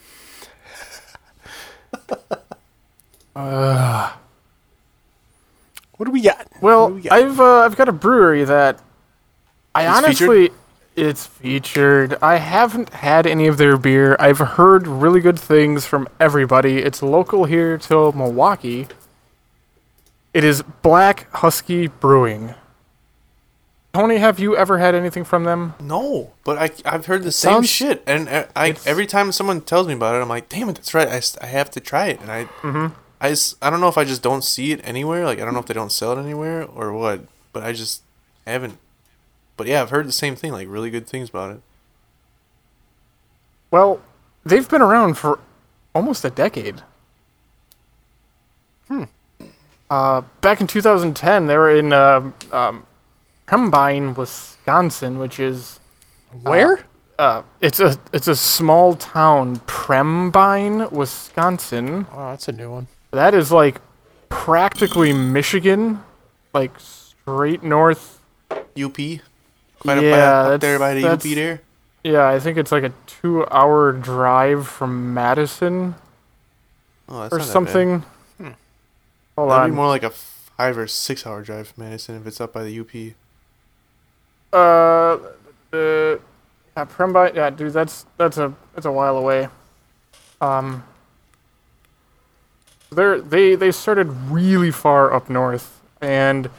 Speaker 3: What do we got?
Speaker 4: Well, I've uh, I've got a brewery that I
Speaker 5: It's featured?
Speaker 4: honestly it's featured. I haven't had any of their beer. I've heard really good things from everybody. It's local here to Milwaukee. It is Black Husky Brewing. Tony, have you ever had anything from them?
Speaker 5: No, but I I've heard the same
Speaker 3: sounds-
Speaker 5: shit, and uh, I, every time someone tells me about it, I'm like, damn it, that's right. I, s- I have to try it, and I
Speaker 4: Mm-hmm.
Speaker 5: I s- I don't know if I just don't see it anywhere. Like I don't know if they don't sell it anywhere or what, but I just haven't. But yeah, I've heard the same thing, like really good things about it.
Speaker 4: Well, they've been around for almost a decade. Hmm. Uh, back in 2010, they were in um, um, Combine, Wisconsin, which is
Speaker 3: Where?
Speaker 4: uh, it's a it's a small town, Prembine, Wisconsin.
Speaker 3: Oh, that's a new one.
Speaker 4: That is like practically Michigan, like straight north.
Speaker 5: UP, quite a,
Speaker 4: Yeah,
Speaker 5: by, up there
Speaker 4: that's-
Speaker 5: by the UP
Speaker 4: that's-
Speaker 5: there.
Speaker 4: Yeah, I think it's like a two-hour drive from Madison
Speaker 5: Oh, that's
Speaker 4: or
Speaker 5: not that bad. Hmm.
Speaker 4: something. Hold
Speaker 5: That'd
Speaker 4: on.
Speaker 5: be more like a five or six hour drive from Madison if it's up by the UP.
Speaker 4: Uh, the yeah, Prembite, yeah, dude, that's that's a that's a while away. Um, they they they started really far up north, and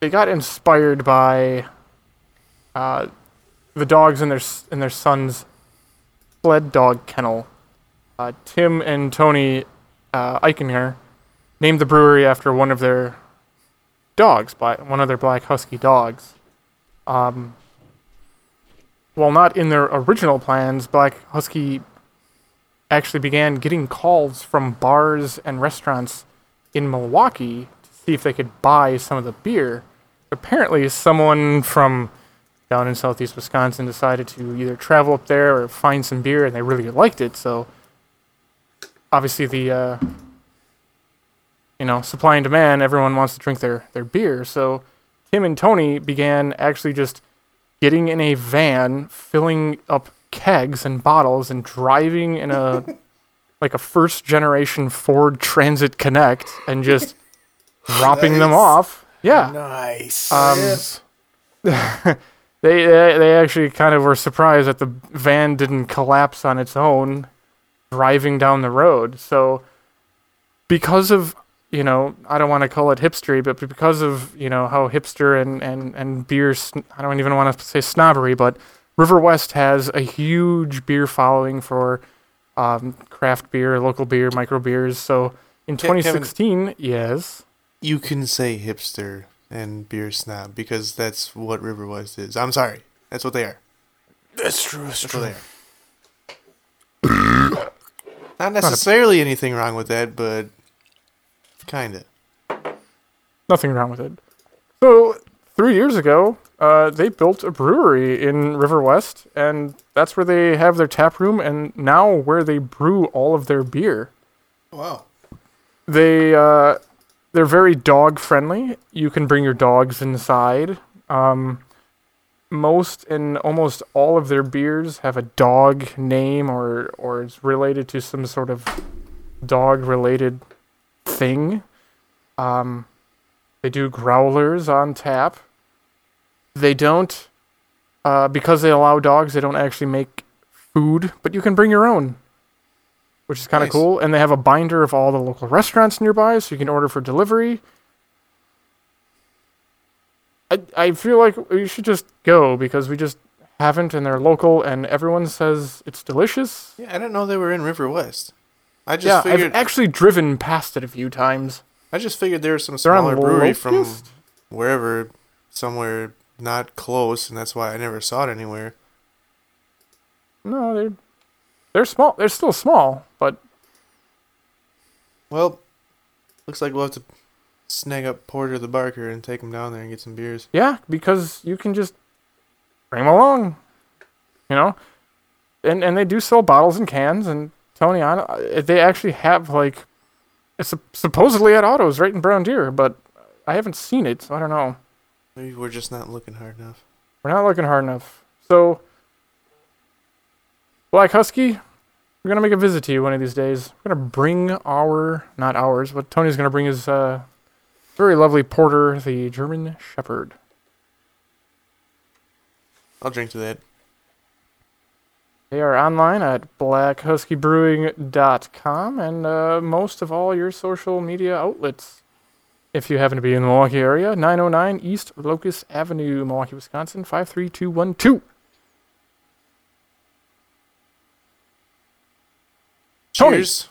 Speaker 4: they got inspired by uh, the dogs in their s- in their son's sled dog kennel. Uh, Tim and Tony uh, Eichinger named the brewery after one of their dogs, by one of their black husky dogs. Um, while not in their original plans, Black Husky actually began getting calls from bars and restaurants in Milwaukee to see if they could buy some of the beer. Apparently, someone from down in southeast Wisconsin decided to either travel up there or find some beer, and they really liked it. So, obviously, the uh, you know, supply and demand, everyone wants to drink their, their beer. So Tim and Tony began actually just getting in a van, filling up kegs and bottles and driving in a like a first generation Ford Transit Connect and just dropping them off. Yeah.
Speaker 3: Nice.
Speaker 4: Um, they, they they actually kind of were surprised that the van didn't collapse on its own driving down the road. So because of you know I don't want to call it hipstery, but because of you know how hipster and and and beer sn- I don't even want to say snobbery, but River West has a huge beer following for um, craft beer, local beer, micro beers. So in
Speaker 5: Ke- Kevin-
Speaker 4: 2016, yes.
Speaker 5: You can say hipster and beer snob because that's what River West is. I'm sorry. That's what they are.
Speaker 3: that's true. That's
Speaker 5: That's what
Speaker 3: true.
Speaker 5: they are. Not necessarily anything wrong with that, but kinda.
Speaker 4: nothing wrong with it. So three years ago, uh, they built a brewery in River West, and that's where they have their tap room, and now where they brew all of their beer.
Speaker 5: Wow.
Speaker 4: They uh, they're very dog friendly. You can bring your dogs inside. Um, most and almost all of their beers have a dog name or or it's related to some sort of dog related thing. Um, they do growlers on tap. They don't, uh, because they allow dogs, they don't actually make food, but you can bring your own, which is kind of
Speaker 5: Nice.
Speaker 4: cool. And they have a binder of all the local restaurants nearby, so you can order for delivery. I, I feel like we should just go because we just haven't, and they're local, and everyone says it's delicious.
Speaker 5: Yeah, I didn't know they were in River West. I just
Speaker 4: yeah,
Speaker 5: figured
Speaker 4: I've actually driven past it a few times.
Speaker 5: I just figured there was some
Speaker 4: They're on
Speaker 5: smaller brewery from
Speaker 4: Locust?
Speaker 5: wherever somewhere not close and that's why I never saw it anywhere.
Speaker 4: No, they're they're small. They're still small, but
Speaker 5: Well, looks like we'll have to snag up Porter the Barker and take him down there and get some beers.
Speaker 4: yeah, because you can just bring them along, you know. uh, And and they do sell bottles and cans. And Tony, I don't- I- they actually have like It's sup- supposedly at Autos right in Brown Deer, but I haven't seen it, so I don't know.
Speaker 5: Maybe we're just not looking hard enough.
Speaker 4: We're not looking hard enough. So, Black Husky, we're gonna make a visit to you one of these days. We're gonna bring our, not ours, but Tony's gonna bring his uh, very lovely porter, the German Shepherd.
Speaker 5: I'll drink to that.
Speaker 4: They are online at blackhuskeybrewing.com and uh, most of all your social media outlets. If you happen to be in the Milwaukee area, 909 East Locust Avenue, Milwaukee, Wisconsin, 53212. Tony.
Speaker 5: Cheers.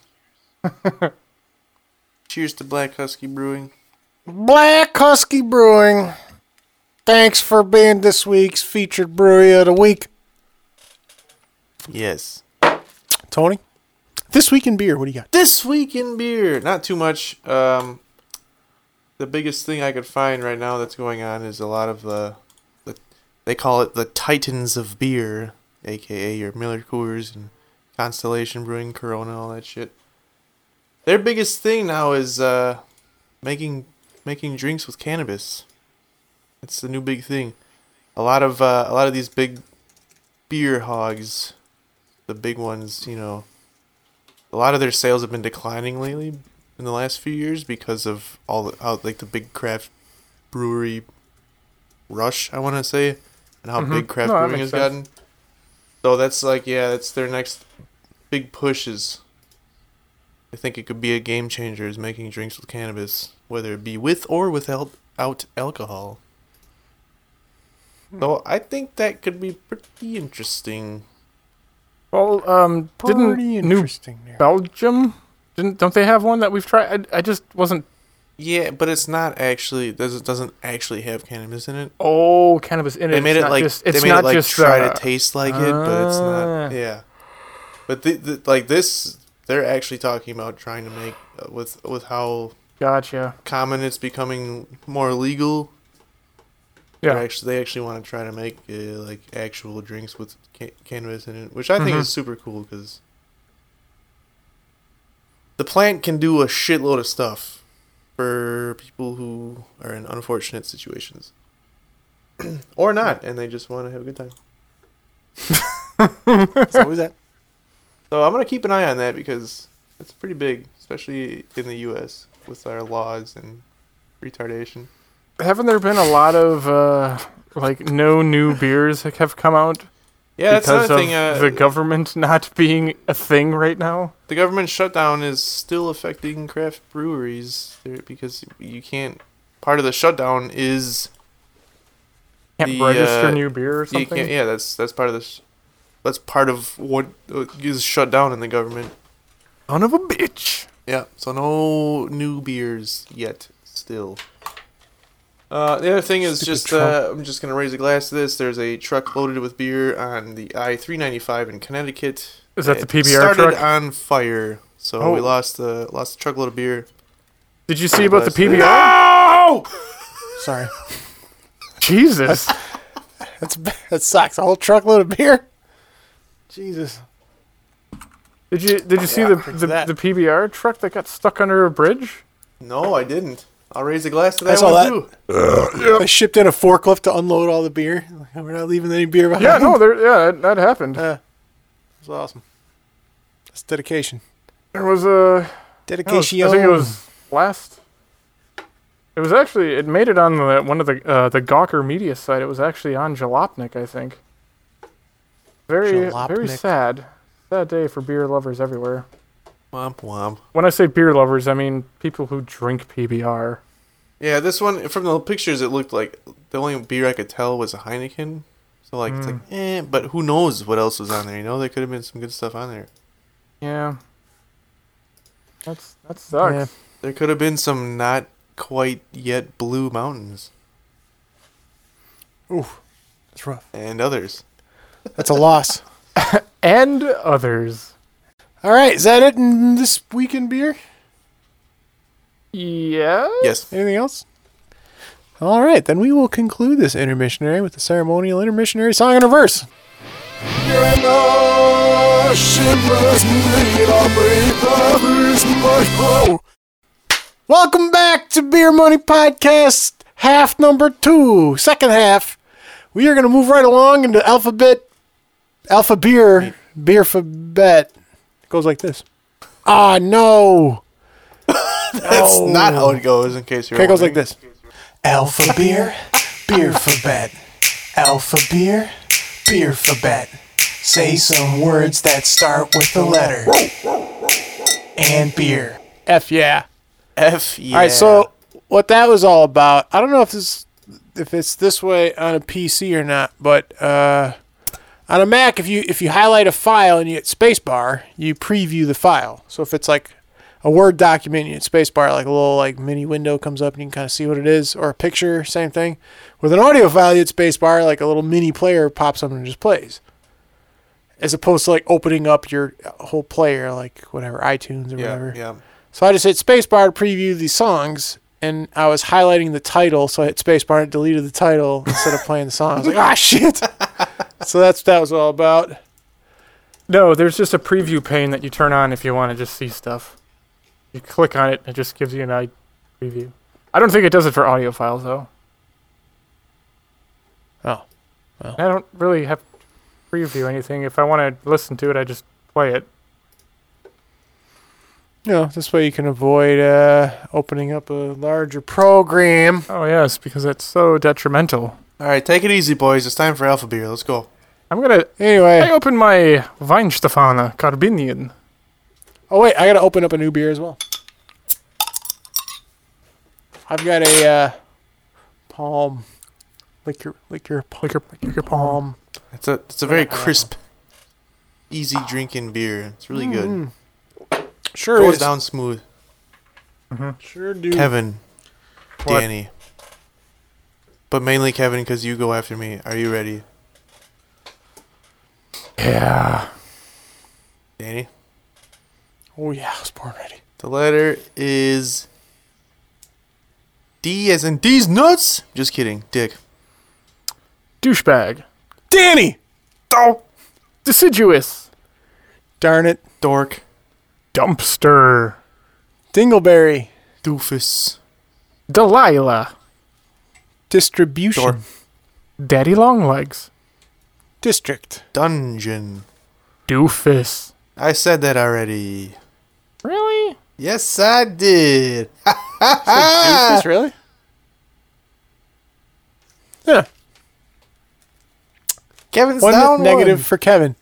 Speaker 5: Cheers to Black Husky Brewing.
Speaker 3: Black Husky Brewing. Thanks for being this week's featured brewery of the week.
Speaker 5: Yes.
Speaker 3: Tony, this week in beer, what do you got?
Speaker 5: This week in beer, not too much. Um, the biggest thing I could find right now that's going on is a lot of the, the they call it the Titans of beer, aka your Miller Coors and Constellation Brewing, Corona, all that shit. Their biggest thing now is uh, making making drinks with cannabis. It's the new big thing. A lot of uh, a lot of these big beer hogs, the big ones, you know, a lot of their sales have been declining lately in the last few years because of all the, how like the big craft brewery rush I want to say and how big craft
Speaker 4: Mm-hmm. No, that
Speaker 5: brewing has
Speaker 4: makes
Speaker 5: gotten. So that's like yeah, that's their next big push is I think it could be a game changer is making drinks with cannabis, whether it be with or without out alcohol.
Speaker 4: Hmm.
Speaker 5: So I think that could be pretty interesting.
Speaker 4: Well, um, didn't
Speaker 3: Pretty
Speaker 4: New
Speaker 3: interesting there.
Speaker 4: Belgium? Didn't don't they have one that we've tried? I, I just wasn't.
Speaker 5: Yeah, but it's not actually doesn't doesn't actually have cannabis in it.
Speaker 4: Oh, cannabis in it.
Speaker 5: They made
Speaker 4: it's
Speaker 5: it
Speaker 4: not
Speaker 5: like
Speaker 4: just,
Speaker 5: they
Speaker 4: it's
Speaker 5: made
Speaker 4: not
Speaker 5: it like
Speaker 4: just
Speaker 5: try
Speaker 4: uh,
Speaker 5: to taste like it, but it's
Speaker 4: Ah.
Speaker 5: not. Yeah, but the, the, like this, they're actually talking about trying to make uh, with with how
Speaker 4: Gotcha.
Speaker 5: common it's becoming more legal.
Speaker 4: Yeah.
Speaker 5: They're actually, they actually want to try to make uh, like actual drinks with ca- cannabis in it, which I
Speaker 4: Mm-hmm.
Speaker 5: think is super cool because the plant can do a shitload of stuff for people who are in unfortunate situations [CLEARS THROAT] or not, and they just want to have a good
Speaker 4: [LAUGHS]
Speaker 5: time.
Speaker 3: What was that?
Speaker 5: So I'm gonna keep an eye on that because it's pretty big, especially in the U.S. with our laws and retardation.
Speaker 4: Haven't there been a lot of uh, like no new beers that have come out
Speaker 5: Yeah, that's
Speaker 4: because
Speaker 5: another
Speaker 4: of
Speaker 5: thing. Uh,
Speaker 4: the government [LAUGHS] not being a thing right now?
Speaker 5: the government shutdown is still affecting craft breweries there- because you can't. Part of the shutdown is
Speaker 4: Can't
Speaker 5: The,
Speaker 4: register
Speaker 5: uh,
Speaker 4: new beer or
Speaker 5: you
Speaker 4: something.
Speaker 5: can't, yeah, that's that's part of this. That's part of what uh, is shut down in the government.
Speaker 4: Son of a bitch.
Speaker 5: Yeah, so no new beers yet. Still. Uh, the other thing is just uh, I'm just gonna raise a glass to this. There's a truck loaded with beer on the I-395 in Connecticut.
Speaker 4: Is that the
Speaker 5: It
Speaker 4: PBR
Speaker 5: started
Speaker 4: truck?
Speaker 5: on fire, so we
Speaker 4: Oh.
Speaker 5: lost the lost the truckload of beer.
Speaker 4: Did you see about the
Speaker 5: bless you.
Speaker 4: PBR?
Speaker 3: Oh, Sorry. [LAUGHS]
Speaker 5: [LAUGHS]
Speaker 4: Jesus.
Speaker 3: That's that sucks. A whole truckload of beer. Jesus.
Speaker 4: Did you did you see the the,
Speaker 5: that.
Speaker 4: the PBR truck that got stuck under a
Speaker 5: [LAUGHS]
Speaker 4: bridge?
Speaker 5: No, I didn't. I'll raise a glass to that
Speaker 3: That's
Speaker 5: one
Speaker 3: all that-
Speaker 5: too.
Speaker 3: They shipped in a forklift to unload all the beer. Like, We're not leaving any beer behind.
Speaker 4: Yeah, no, there yeah, that, that happened.
Speaker 5: That's awesome.
Speaker 3: [LAUGHS] That's dedication.
Speaker 4: There was a I was-
Speaker 3: Dedication.
Speaker 4: I think it was last. It was actually it made it on the one of the uh, the Gawker media site. It was actually on Jalopnik, I think. Very very
Speaker 3: Jalopnik.
Speaker 4: sad, sad day for beer lovers everywhere.
Speaker 5: Womp womp.
Speaker 4: When I say beer lovers, I mean people who drink PBR.
Speaker 5: Yeah, this one from the pictures, it looked like the only beer I could tell was a Heineken. So like, it's
Speaker 3: Hmm.
Speaker 5: like, eh. But who knows what else was on there? You know, there could have been some good stuff on there.
Speaker 4: Yeah, that's that sucks.
Speaker 3: Yeah.
Speaker 5: There could have been some not quite yet blue mountains
Speaker 3: That's rough.
Speaker 5: and others.
Speaker 3: That's a loss.
Speaker 4: And others.
Speaker 3: All right, is that it? In this week in beer.
Speaker 4: Yeah.
Speaker 5: Yes.
Speaker 3: Anything else? All right, then we will conclude this intermissionary with the ceremonial intermissionary song in reverse. Welcome back to Beer Money Podcast, half number two, second half. We are going to move right along into alphabet, alpha beer, beer for bet. It goes like this. Ah, no.
Speaker 5: That's not how it goes. In case you're
Speaker 3: Oh. It goes like
Speaker 5: wondering.
Speaker 3: this.
Speaker 6: Alpha beer, beer for bet. Alpha beer, beer for bet. Say some words that start with the letter. And beer.
Speaker 3: F yeah.
Speaker 5: F. Yeah.
Speaker 3: All right, so what that was all about, I don't know if this if it's this way on a PC or not, but uh, on a Mac, if you if you highlight a file and you hit spacebar, you preview the file. So if it's like a Word document, you hit spacebar, like a little like mini window comes up and you can kind of see what it is, or a picture, same thing. With an audio file, you hit spacebar, like a little mini player pops up and just plays. As opposed to like opening up your uh, whole player, like whatever iTunes or
Speaker 5: yeah,
Speaker 3: whatever.
Speaker 5: yeah.
Speaker 3: So I just hit spacebar to preview the songs, and I was highlighting the title, so I hit spacebar and it deleted the title instead of playing the song. I was like, ah, shit. [LAUGHS] so that's what that was all about.
Speaker 4: No, there's just a preview pane that you turn on if you want to just see stuff. You click on it, and it just gives you an eye preview. I don't think it does it for audio files though.
Speaker 3: Oh,
Speaker 4: I don't really have to preview anything. If I want to listen to it, I just play it.
Speaker 3: You know, this way you can avoid uh, opening up a larger program.
Speaker 4: Oh yes, because that's so detrimental.
Speaker 5: All right, take it easy, boys. It's time for Alpha Beer. Let's go.
Speaker 4: I'm gonna. I
Speaker 3: Anyway,
Speaker 4: open my Weinstefana Carbinian.
Speaker 3: oh wait, I gotta open up a new beer as well. I've got a uh, palm, lick your lick your
Speaker 4: Like your, like your
Speaker 3: palm.
Speaker 4: palm.
Speaker 5: It's a it's
Speaker 3: [LAUGHS]
Speaker 5: a very crisp, easy drinking beer. It's really
Speaker 3: Hmm.
Speaker 5: good.
Speaker 3: Sure
Speaker 5: Goes
Speaker 3: is.
Speaker 5: down smooth.
Speaker 3: Sure do.
Speaker 5: Kevin,
Speaker 4: What?
Speaker 5: Danny, but mainly Kevin because you go after me. Are you ready,
Speaker 4: Yeah.
Speaker 5: Danny?
Speaker 3: Oh yeah, I was born ready.
Speaker 5: The letter is D as in D's nuts. Just kidding, Dick.
Speaker 4: Douchebag.
Speaker 3: Danny.
Speaker 4: Oh. Deciduous.
Speaker 3: Darn it.
Speaker 5: Dork,
Speaker 4: Dumpster.
Speaker 3: Dingleberry
Speaker 5: doofus,
Speaker 4: Delilah.
Speaker 3: distribution
Speaker 5: Sure.
Speaker 4: Daddy Longlegs.
Speaker 3: district.
Speaker 5: dungeon.
Speaker 4: Doofus.
Speaker 5: I said that already.
Speaker 4: Really?
Speaker 5: Yes, I did.
Speaker 3: Is this really? Yeah.
Speaker 5: Kevin's
Speaker 3: One
Speaker 5: down
Speaker 3: negative
Speaker 5: one.
Speaker 3: for Kevin.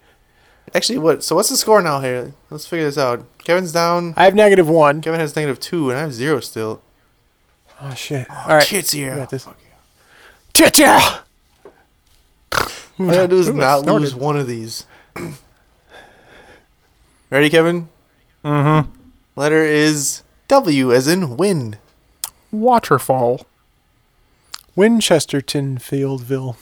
Speaker 5: Actually, what? So what's the score now here? Let's figure this out. Kevin's down.
Speaker 3: I have negative one.
Speaker 5: Kevin has negative two, and I have zero still.
Speaker 3: Oh shit. All right.
Speaker 5: Kids here.
Speaker 3: got this. Cha-cha!
Speaker 5: All I gotta do is not
Speaker 4: snorted.
Speaker 5: lose one of these. [CLEARS THROAT] Ready, Kevin? Mm-hmm. Letter is W, as in win.
Speaker 4: Waterfall.
Speaker 3: Winchesterton Fieldville.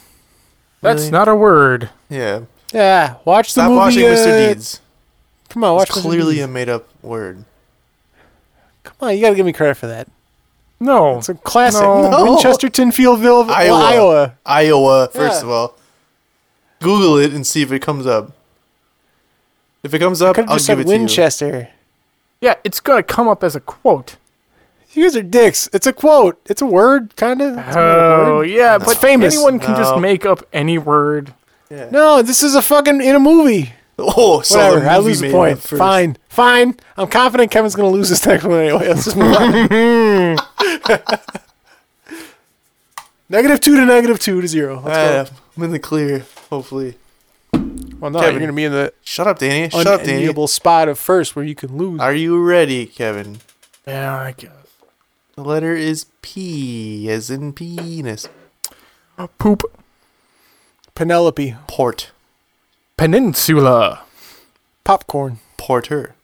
Speaker 4: That's
Speaker 5: Really?
Speaker 4: not a word.
Speaker 5: Yeah.
Speaker 3: Yeah. Watch the
Speaker 5: Stop
Speaker 3: movie.
Speaker 5: watching
Speaker 3: uh,
Speaker 5: Mr. Deeds.
Speaker 3: Come on, watch
Speaker 5: It's
Speaker 3: Mr.
Speaker 5: clearly
Speaker 3: Deeds.
Speaker 5: a made-up word.
Speaker 3: Come on, you gotta give me credit for that.
Speaker 4: No.
Speaker 3: It's a classic.
Speaker 4: No.
Speaker 5: No.
Speaker 3: [LAUGHS] Winchesterton Fieldville, Iowa.
Speaker 5: [LAUGHS] Iowa.
Speaker 3: Iowa.
Speaker 5: Iowa, first
Speaker 3: Yeah.
Speaker 5: of all. Google it and see if it comes up. If it comes up,
Speaker 3: Could have
Speaker 5: I'll
Speaker 3: just
Speaker 5: give it
Speaker 3: said
Speaker 5: to you.
Speaker 3: Winchester.
Speaker 4: yeah, it's gonna come up as a quote.
Speaker 3: You. guys are dicks. It's a quote. It's a word, kind of.
Speaker 4: Oh yeah, but
Speaker 3: famous.
Speaker 4: anyone can just
Speaker 5: No.
Speaker 4: make up any word.
Speaker 3: No, this is a fucking in a movie.
Speaker 5: [LAUGHS] Oh, so the
Speaker 3: Whatever, I
Speaker 5: movie
Speaker 3: lose
Speaker 5: made
Speaker 3: a
Speaker 5: it
Speaker 3: point.
Speaker 5: up first.
Speaker 3: Fine, fine. I'm confident Kevin's gonna lose this [LAUGHS] next one anyway. Let's just move on.
Speaker 5: [LAUGHS]
Speaker 3: negative two to negative two to zero. Let's
Speaker 5: Ah, I'm in the clear, hopefully.
Speaker 3: go. Well, no,
Speaker 5: Kevin.
Speaker 3: you're gonna be in the
Speaker 5: Shut up, Danny. Ah, Shut up, Danny.
Speaker 3: unenviable spot of first where you can lose.
Speaker 5: Are you ready, Kevin?
Speaker 4: Yeah, I guess.
Speaker 5: The letter is P, as in penis.
Speaker 4: Poop.
Speaker 3: Penelope
Speaker 5: Port.
Speaker 4: Peninsula.
Speaker 3: popcorn
Speaker 5: Porter.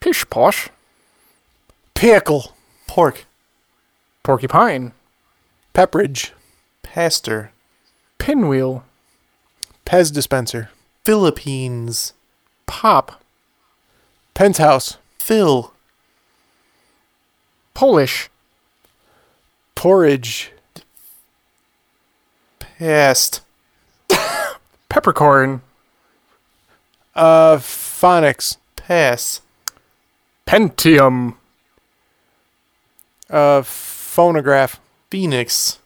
Speaker 4: Pish posh.
Speaker 3: pickle
Speaker 5: Pork.
Speaker 4: Porcupine.
Speaker 3: pepperidge
Speaker 5: Pastor.
Speaker 4: Pinwheel.
Speaker 3: Pez dispenser
Speaker 5: Philippines.
Speaker 4: Pop.
Speaker 3: penthouse
Speaker 5: Phil.
Speaker 4: Polish.
Speaker 3: porridge
Speaker 5: Past.
Speaker 4: Peppercorn.
Speaker 3: uh phonics
Speaker 5: Pass.
Speaker 4: Pentium.
Speaker 3: Uh, phonograph.
Speaker 5: Phoenix.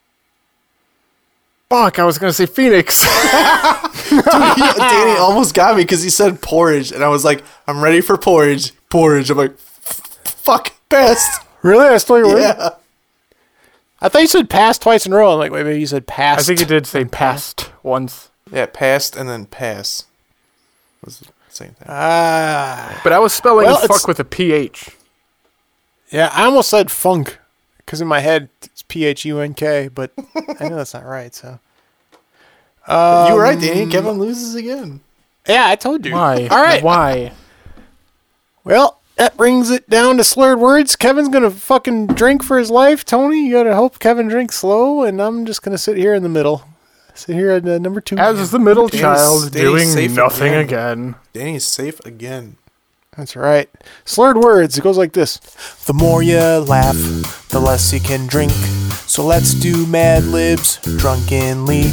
Speaker 5: [LAUGHS]
Speaker 4: Fuck, I was gonna say Phoenix.
Speaker 5: Danny almost got me because he said porridge, and I was like, I'm ready for porridge. Porridge. I'm like, fuck, best.
Speaker 3: Really? I still your word?
Speaker 5: [LAUGHS] Yeah.
Speaker 3: I thought you said pass twice in a row. I'm like, wait, maybe you said pass.
Speaker 4: [LAUGHS] I think you did [LAUGHS] say past once,
Speaker 5: Yeah, passed and then pass. Was the same thing.
Speaker 4: but I was spelling
Speaker 3: Well, it's-
Speaker 4: fuck with a ph.
Speaker 3: Yeah, I almost said funk because in my head it's P H U N K,
Speaker 4: [LAUGHS]
Speaker 3: but I know that's not right. So
Speaker 5: you were right, Danny.
Speaker 3: Um,
Speaker 5: Kevin loses again.
Speaker 3: yeah, I told you.
Speaker 4: Why?
Speaker 3: [LAUGHS] All right.
Speaker 4: Why?
Speaker 3: Well, that brings it down to slurred words. Kevin's gonna fucking drink for his life. Tony, you gotta hope Kevin drinks slow, and I'm just gonna sit here in the middle. Sit here at uh, number two.
Speaker 4: As is the middle
Speaker 5: Danny's-
Speaker 4: child
Speaker 5: Danny's safe
Speaker 4: doing nothing again.
Speaker 5: Danny is safe again.
Speaker 3: that's right. Slurred words. It goes like this.
Speaker 6: The more you laugh, the less you can drink. So let's do Mad Libs drunkenly.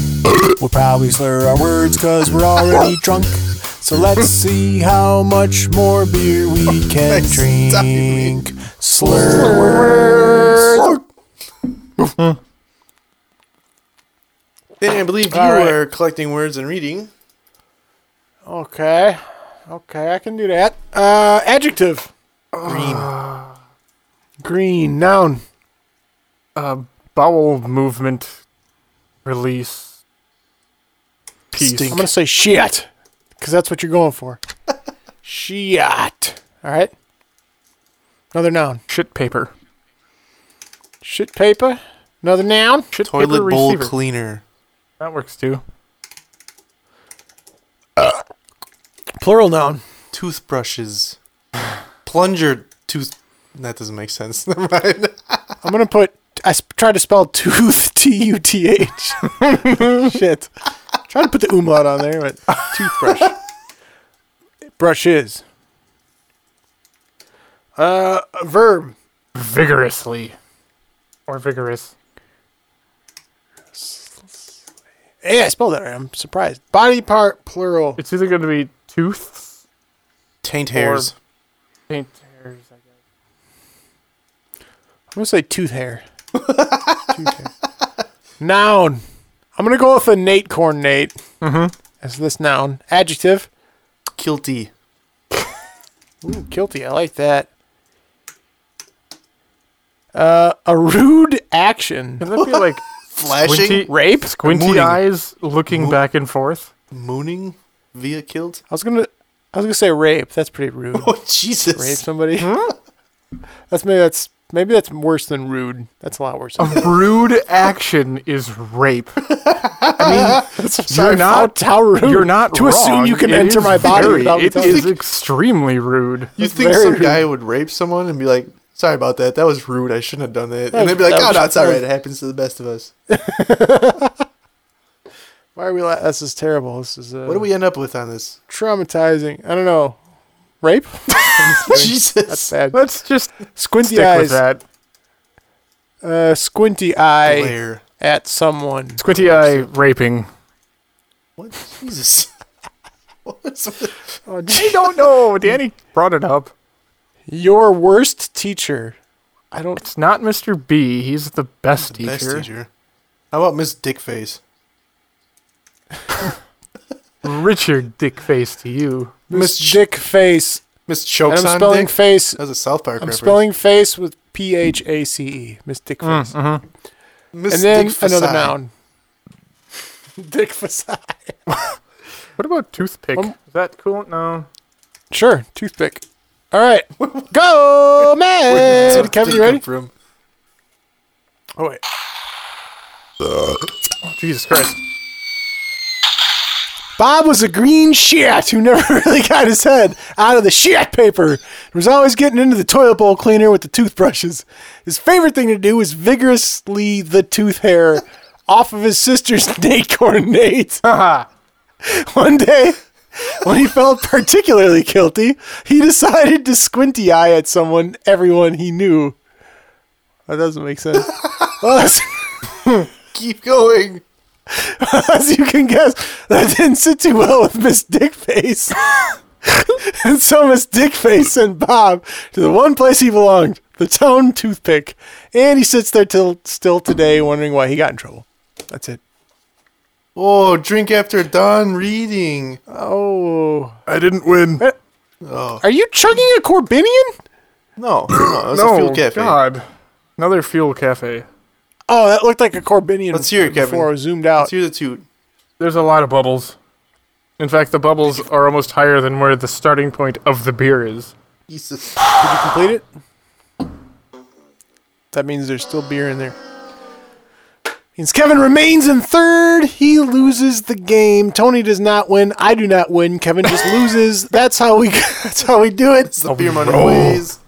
Speaker 6: We'll probably slur our words because we're already drunk. So let's see how much more beer we can
Speaker 5: Next time we-
Speaker 6: drink. Slur words.
Speaker 5: Danny, I believe you
Speaker 3: All right.
Speaker 5: were collecting words and reading.
Speaker 3: Okay. Okay, I can do that. Uh, adjective.
Speaker 5: Green.
Speaker 3: Green. Noun.
Speaker 4: Bowel movement, release, peace.
Speaker 3: I'm gonna say shit, because that's what you're going [LAUGHS] for. shit. All right. Another noun.
Speaker 4: Shit paper.
Speaker 3: Shit paper. Another noun.
Speaker 4: Shit paper
Speaker 5: Toilet bowl
Speaker 4: receiver.
Speaker 5: cleaner.
Speaker 4: that works too.
Speaker 3: Plural noun.
Speaker 5: Toothbrushes. Plunger tooth. That doesn't make sense. [LAUGHS] Never
Speaker 3: [LAUGHS]
Speaker 5: mind.
Speaker 3: I'm gonna put. I sp- tried to spell [LAUGHS] tooth. T U T H. [LAUGHS] Shit. Tried to put the umlaut on Oh, there, but toothbrush. Brushes. Uh, verb.
Speaker 4: Vigorously. Or vigorous.
Speaker 3: Hey, I spelled that right. I'm surprised. Body part plural.
Speaker 4: It's either going to be tooth,
Speaker 5: Taint hairs.
Speaker 4: taint, hairs, I guess.
Speaker 3: I'm gonna say tooth hair. tooth hair. Noun. I'm gonna go with a Nate corn Nate. Mm-hmm. As this noun. Adjective.
Speaker 5: Kilty.
Speaker 3: Ooh, guilty. I like that. Uh, a rude action.
Speaker 4: Can that
Speaker 3: [LAUGHS]
Speaker 4: be like
Speaker 5: Flashing.
Speaker 4: squinty,
Speaker 3: Rape.
Speaker 4: squinty
Speaker 5: Mooning.
Speaker 4: eyes looking back and forth?
Speaker 5: Mooning via kilt.
Speaker 3: I was gonna. I was gonna say rape. That's pretty
Speaker 4: [LAUGHS]
Speaker 3: rude.
Speaker 5: Oh [LAUGHS] Jesus.
Speaker 3: rape somebody.
Speaker 4: hmm?
Speaker 3: that's maybe that's maybe that's worse than rude. That's a lot
Speaker 4: Oh,
Speaker 3: [LAUGHS] worse. Than
Speaker 4: Rude action is
Speaker 3: [LAUGHS]
Speaker 4: rape.
Speaker 3: Sorry,
Speaker 4: not-
Speaker 3: how, how rude.
Speaker 4: You're not
Speaker 3: to assume
Speaker 4: wrong.
Speaker 3: you can
Speaker 4: It
Speaker 3: enter
Speaker 4: is
Speaker 3: my body.
Speaker 4: Very,
Speaker 3: without me
Speaker 4: it
Speaker 3: telling
Speaker 4: is extremely rude.
Speaker 5: You think
Speaker 3: very
Speaker 5: some
Speaker 3: rude.
Speaker 5: guy would rape someone and be like, "Sorry about that. That was rude. I shouldn't have done that." And they'd be like,
Speaker 3: that
Speaker 5: "Oh
Speaker 3: was-
Speaker 5: no, it's all right. It happens to the best of us."
Speaker 3: Why are we? La- this is terrible. This is uh,
Speaker 5: What do we end up with
Speaker 3: [LAUGHS]
Speaker 5: on this?
Speaker 3: traumatizing. I don't know. Rape.
Speaker 5: Jesus.
Speaker 3: Bad.
Speaker 4: Let's just
Speaker 3: Squinty
Speaker 4: stick
Speaker 3: eyes.
Speaker 4: with that.
Speaker 3: Uh, squinty eye
Speaker 5: Blair.
Speaker 3: at someone.
Speaker 4: Squinty eye raping.
Speaker 5: What? Jesus. [LAUGHS] What was-
Speaker 3: Oh,
Speaker 4: I don't know. Danny brought it up.
Speaker 3: Your worst teacher. I don't.
Speaker 4: It's not Mr. B. He's the best, teacher.
Speaker 5: Best teacher. How about Miss Dickface?
Speaker 4: [LAUGHS] Richard Dickface to you.
Speaker 3: Miss
Speaker 5: Ch-
Speaker 3: Dick Face.
Speaker 5: Miss
Speaker 3: And
Speaker 5: Chokes
Speaker 3: I'm
Speaker 5: on
Speaker 3: spelling
Speaker 5: Dick.
Speaker 3: face.
Speaker 5: That was a South Park
Speaker 3: I'm
Speaker 5: reference.
Speaker 3: spelling face with P H A C E. Miss Dick Face.
Speaker 5: Miss
Speaker 3: And then
Speaker 5: Dick
Speaker 3: another
Speaker 5: Fasai. [LAUGHS]
Speaker 3: noun. Dick Facade.
Speaker 4: What about toothpick? Is that cool? No.
Speaker 3: Sure. Toothpick. All right. Go,
Speaker 5: Where
Speaker 3: man. Kevin,
Speaker 5: did [LAUGHS] Dick
Speaker 3: you
Speaker 5: come
Speaker 3: ready?
Speaker 5: From?
Speaker 3: Oh, wait.
Speaker 4: Jesus Christ.
Speaker 3: Bob was a green shit who never [LAUGHS] really got his head out of the shit paper and was always getting into the toilet bowl cleaner with the toothbrushes. His favorite thing to do was vigorously the tooth hair [LAUGHS] off of his sister's [LAUGHS] Nate Nate. [LAUGHS] One day, when he felt particularly guilty, he decided to squinty eye at someone, everyone he knew. That doesn't make sense. Well, that's-
Speaker 5: Keep going.
Speaker 3: [LAUGHS] as you can guess, that didn't sit too well with Miss Dickface. [LAUGHS] and so must Dickface and Bob to the one place he belonged, the town toothpick. And he sits there till still today, wondering why he got in trouble. That's it.
Speaker 5: Oh, drink after dawn reading.
Speaker 3: Oh,
Speaker 4: I didn't win.
Speaker 5: Oh.
Speaker 3: are you chugging a Corbinian?
Speaker 5: No, no, that's a
Speaker 4: No,
Speaker 5: fuel cafe.
Speaker 4: God. Another fuel cafe.
Speaker 3: Oh, that looked like a Corbinian.
Speaker 5: Let's hear it,
Speaker 3: before
Speaker 5: Kevin.
Speaker 3: I zoomed out.
Speaker 5: Let's hear the toot.
Speaker 4: There's a lot of bubbles. In fact, the bubbles are almost higher than where the starting point of the beer is.
Speaker 5: Jesus.
Speaker 3: Did you complete it? That means there's still beer in there. Means Kevin remains in third. He loses the game. Tony does not win. I do not win. Kevin just loses. That's how we. [LAUGHS] That's how we do it.
Speaker 5: It's the beer money ways.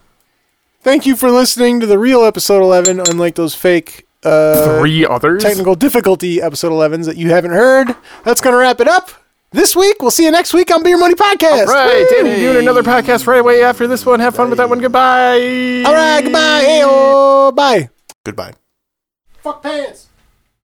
Speaker 3: Thank you for listening to the real episode 11, unlike those fake uh,
Speaker 4: Three others?
Speaker 3: technical difficulty episode 11s that you haven't heard. That's gonna wrap it up this week. We'll see you next week on Beer Money Podcast.
Speaker 4: Right, Danny, doing another podcast right away after this one. Have fun with that one. Goodbye.
Speaker 3: All right. Goodbye. Hey. Bye.
Speaker 5: Goodbye.
Speaker 3: Fuck pants.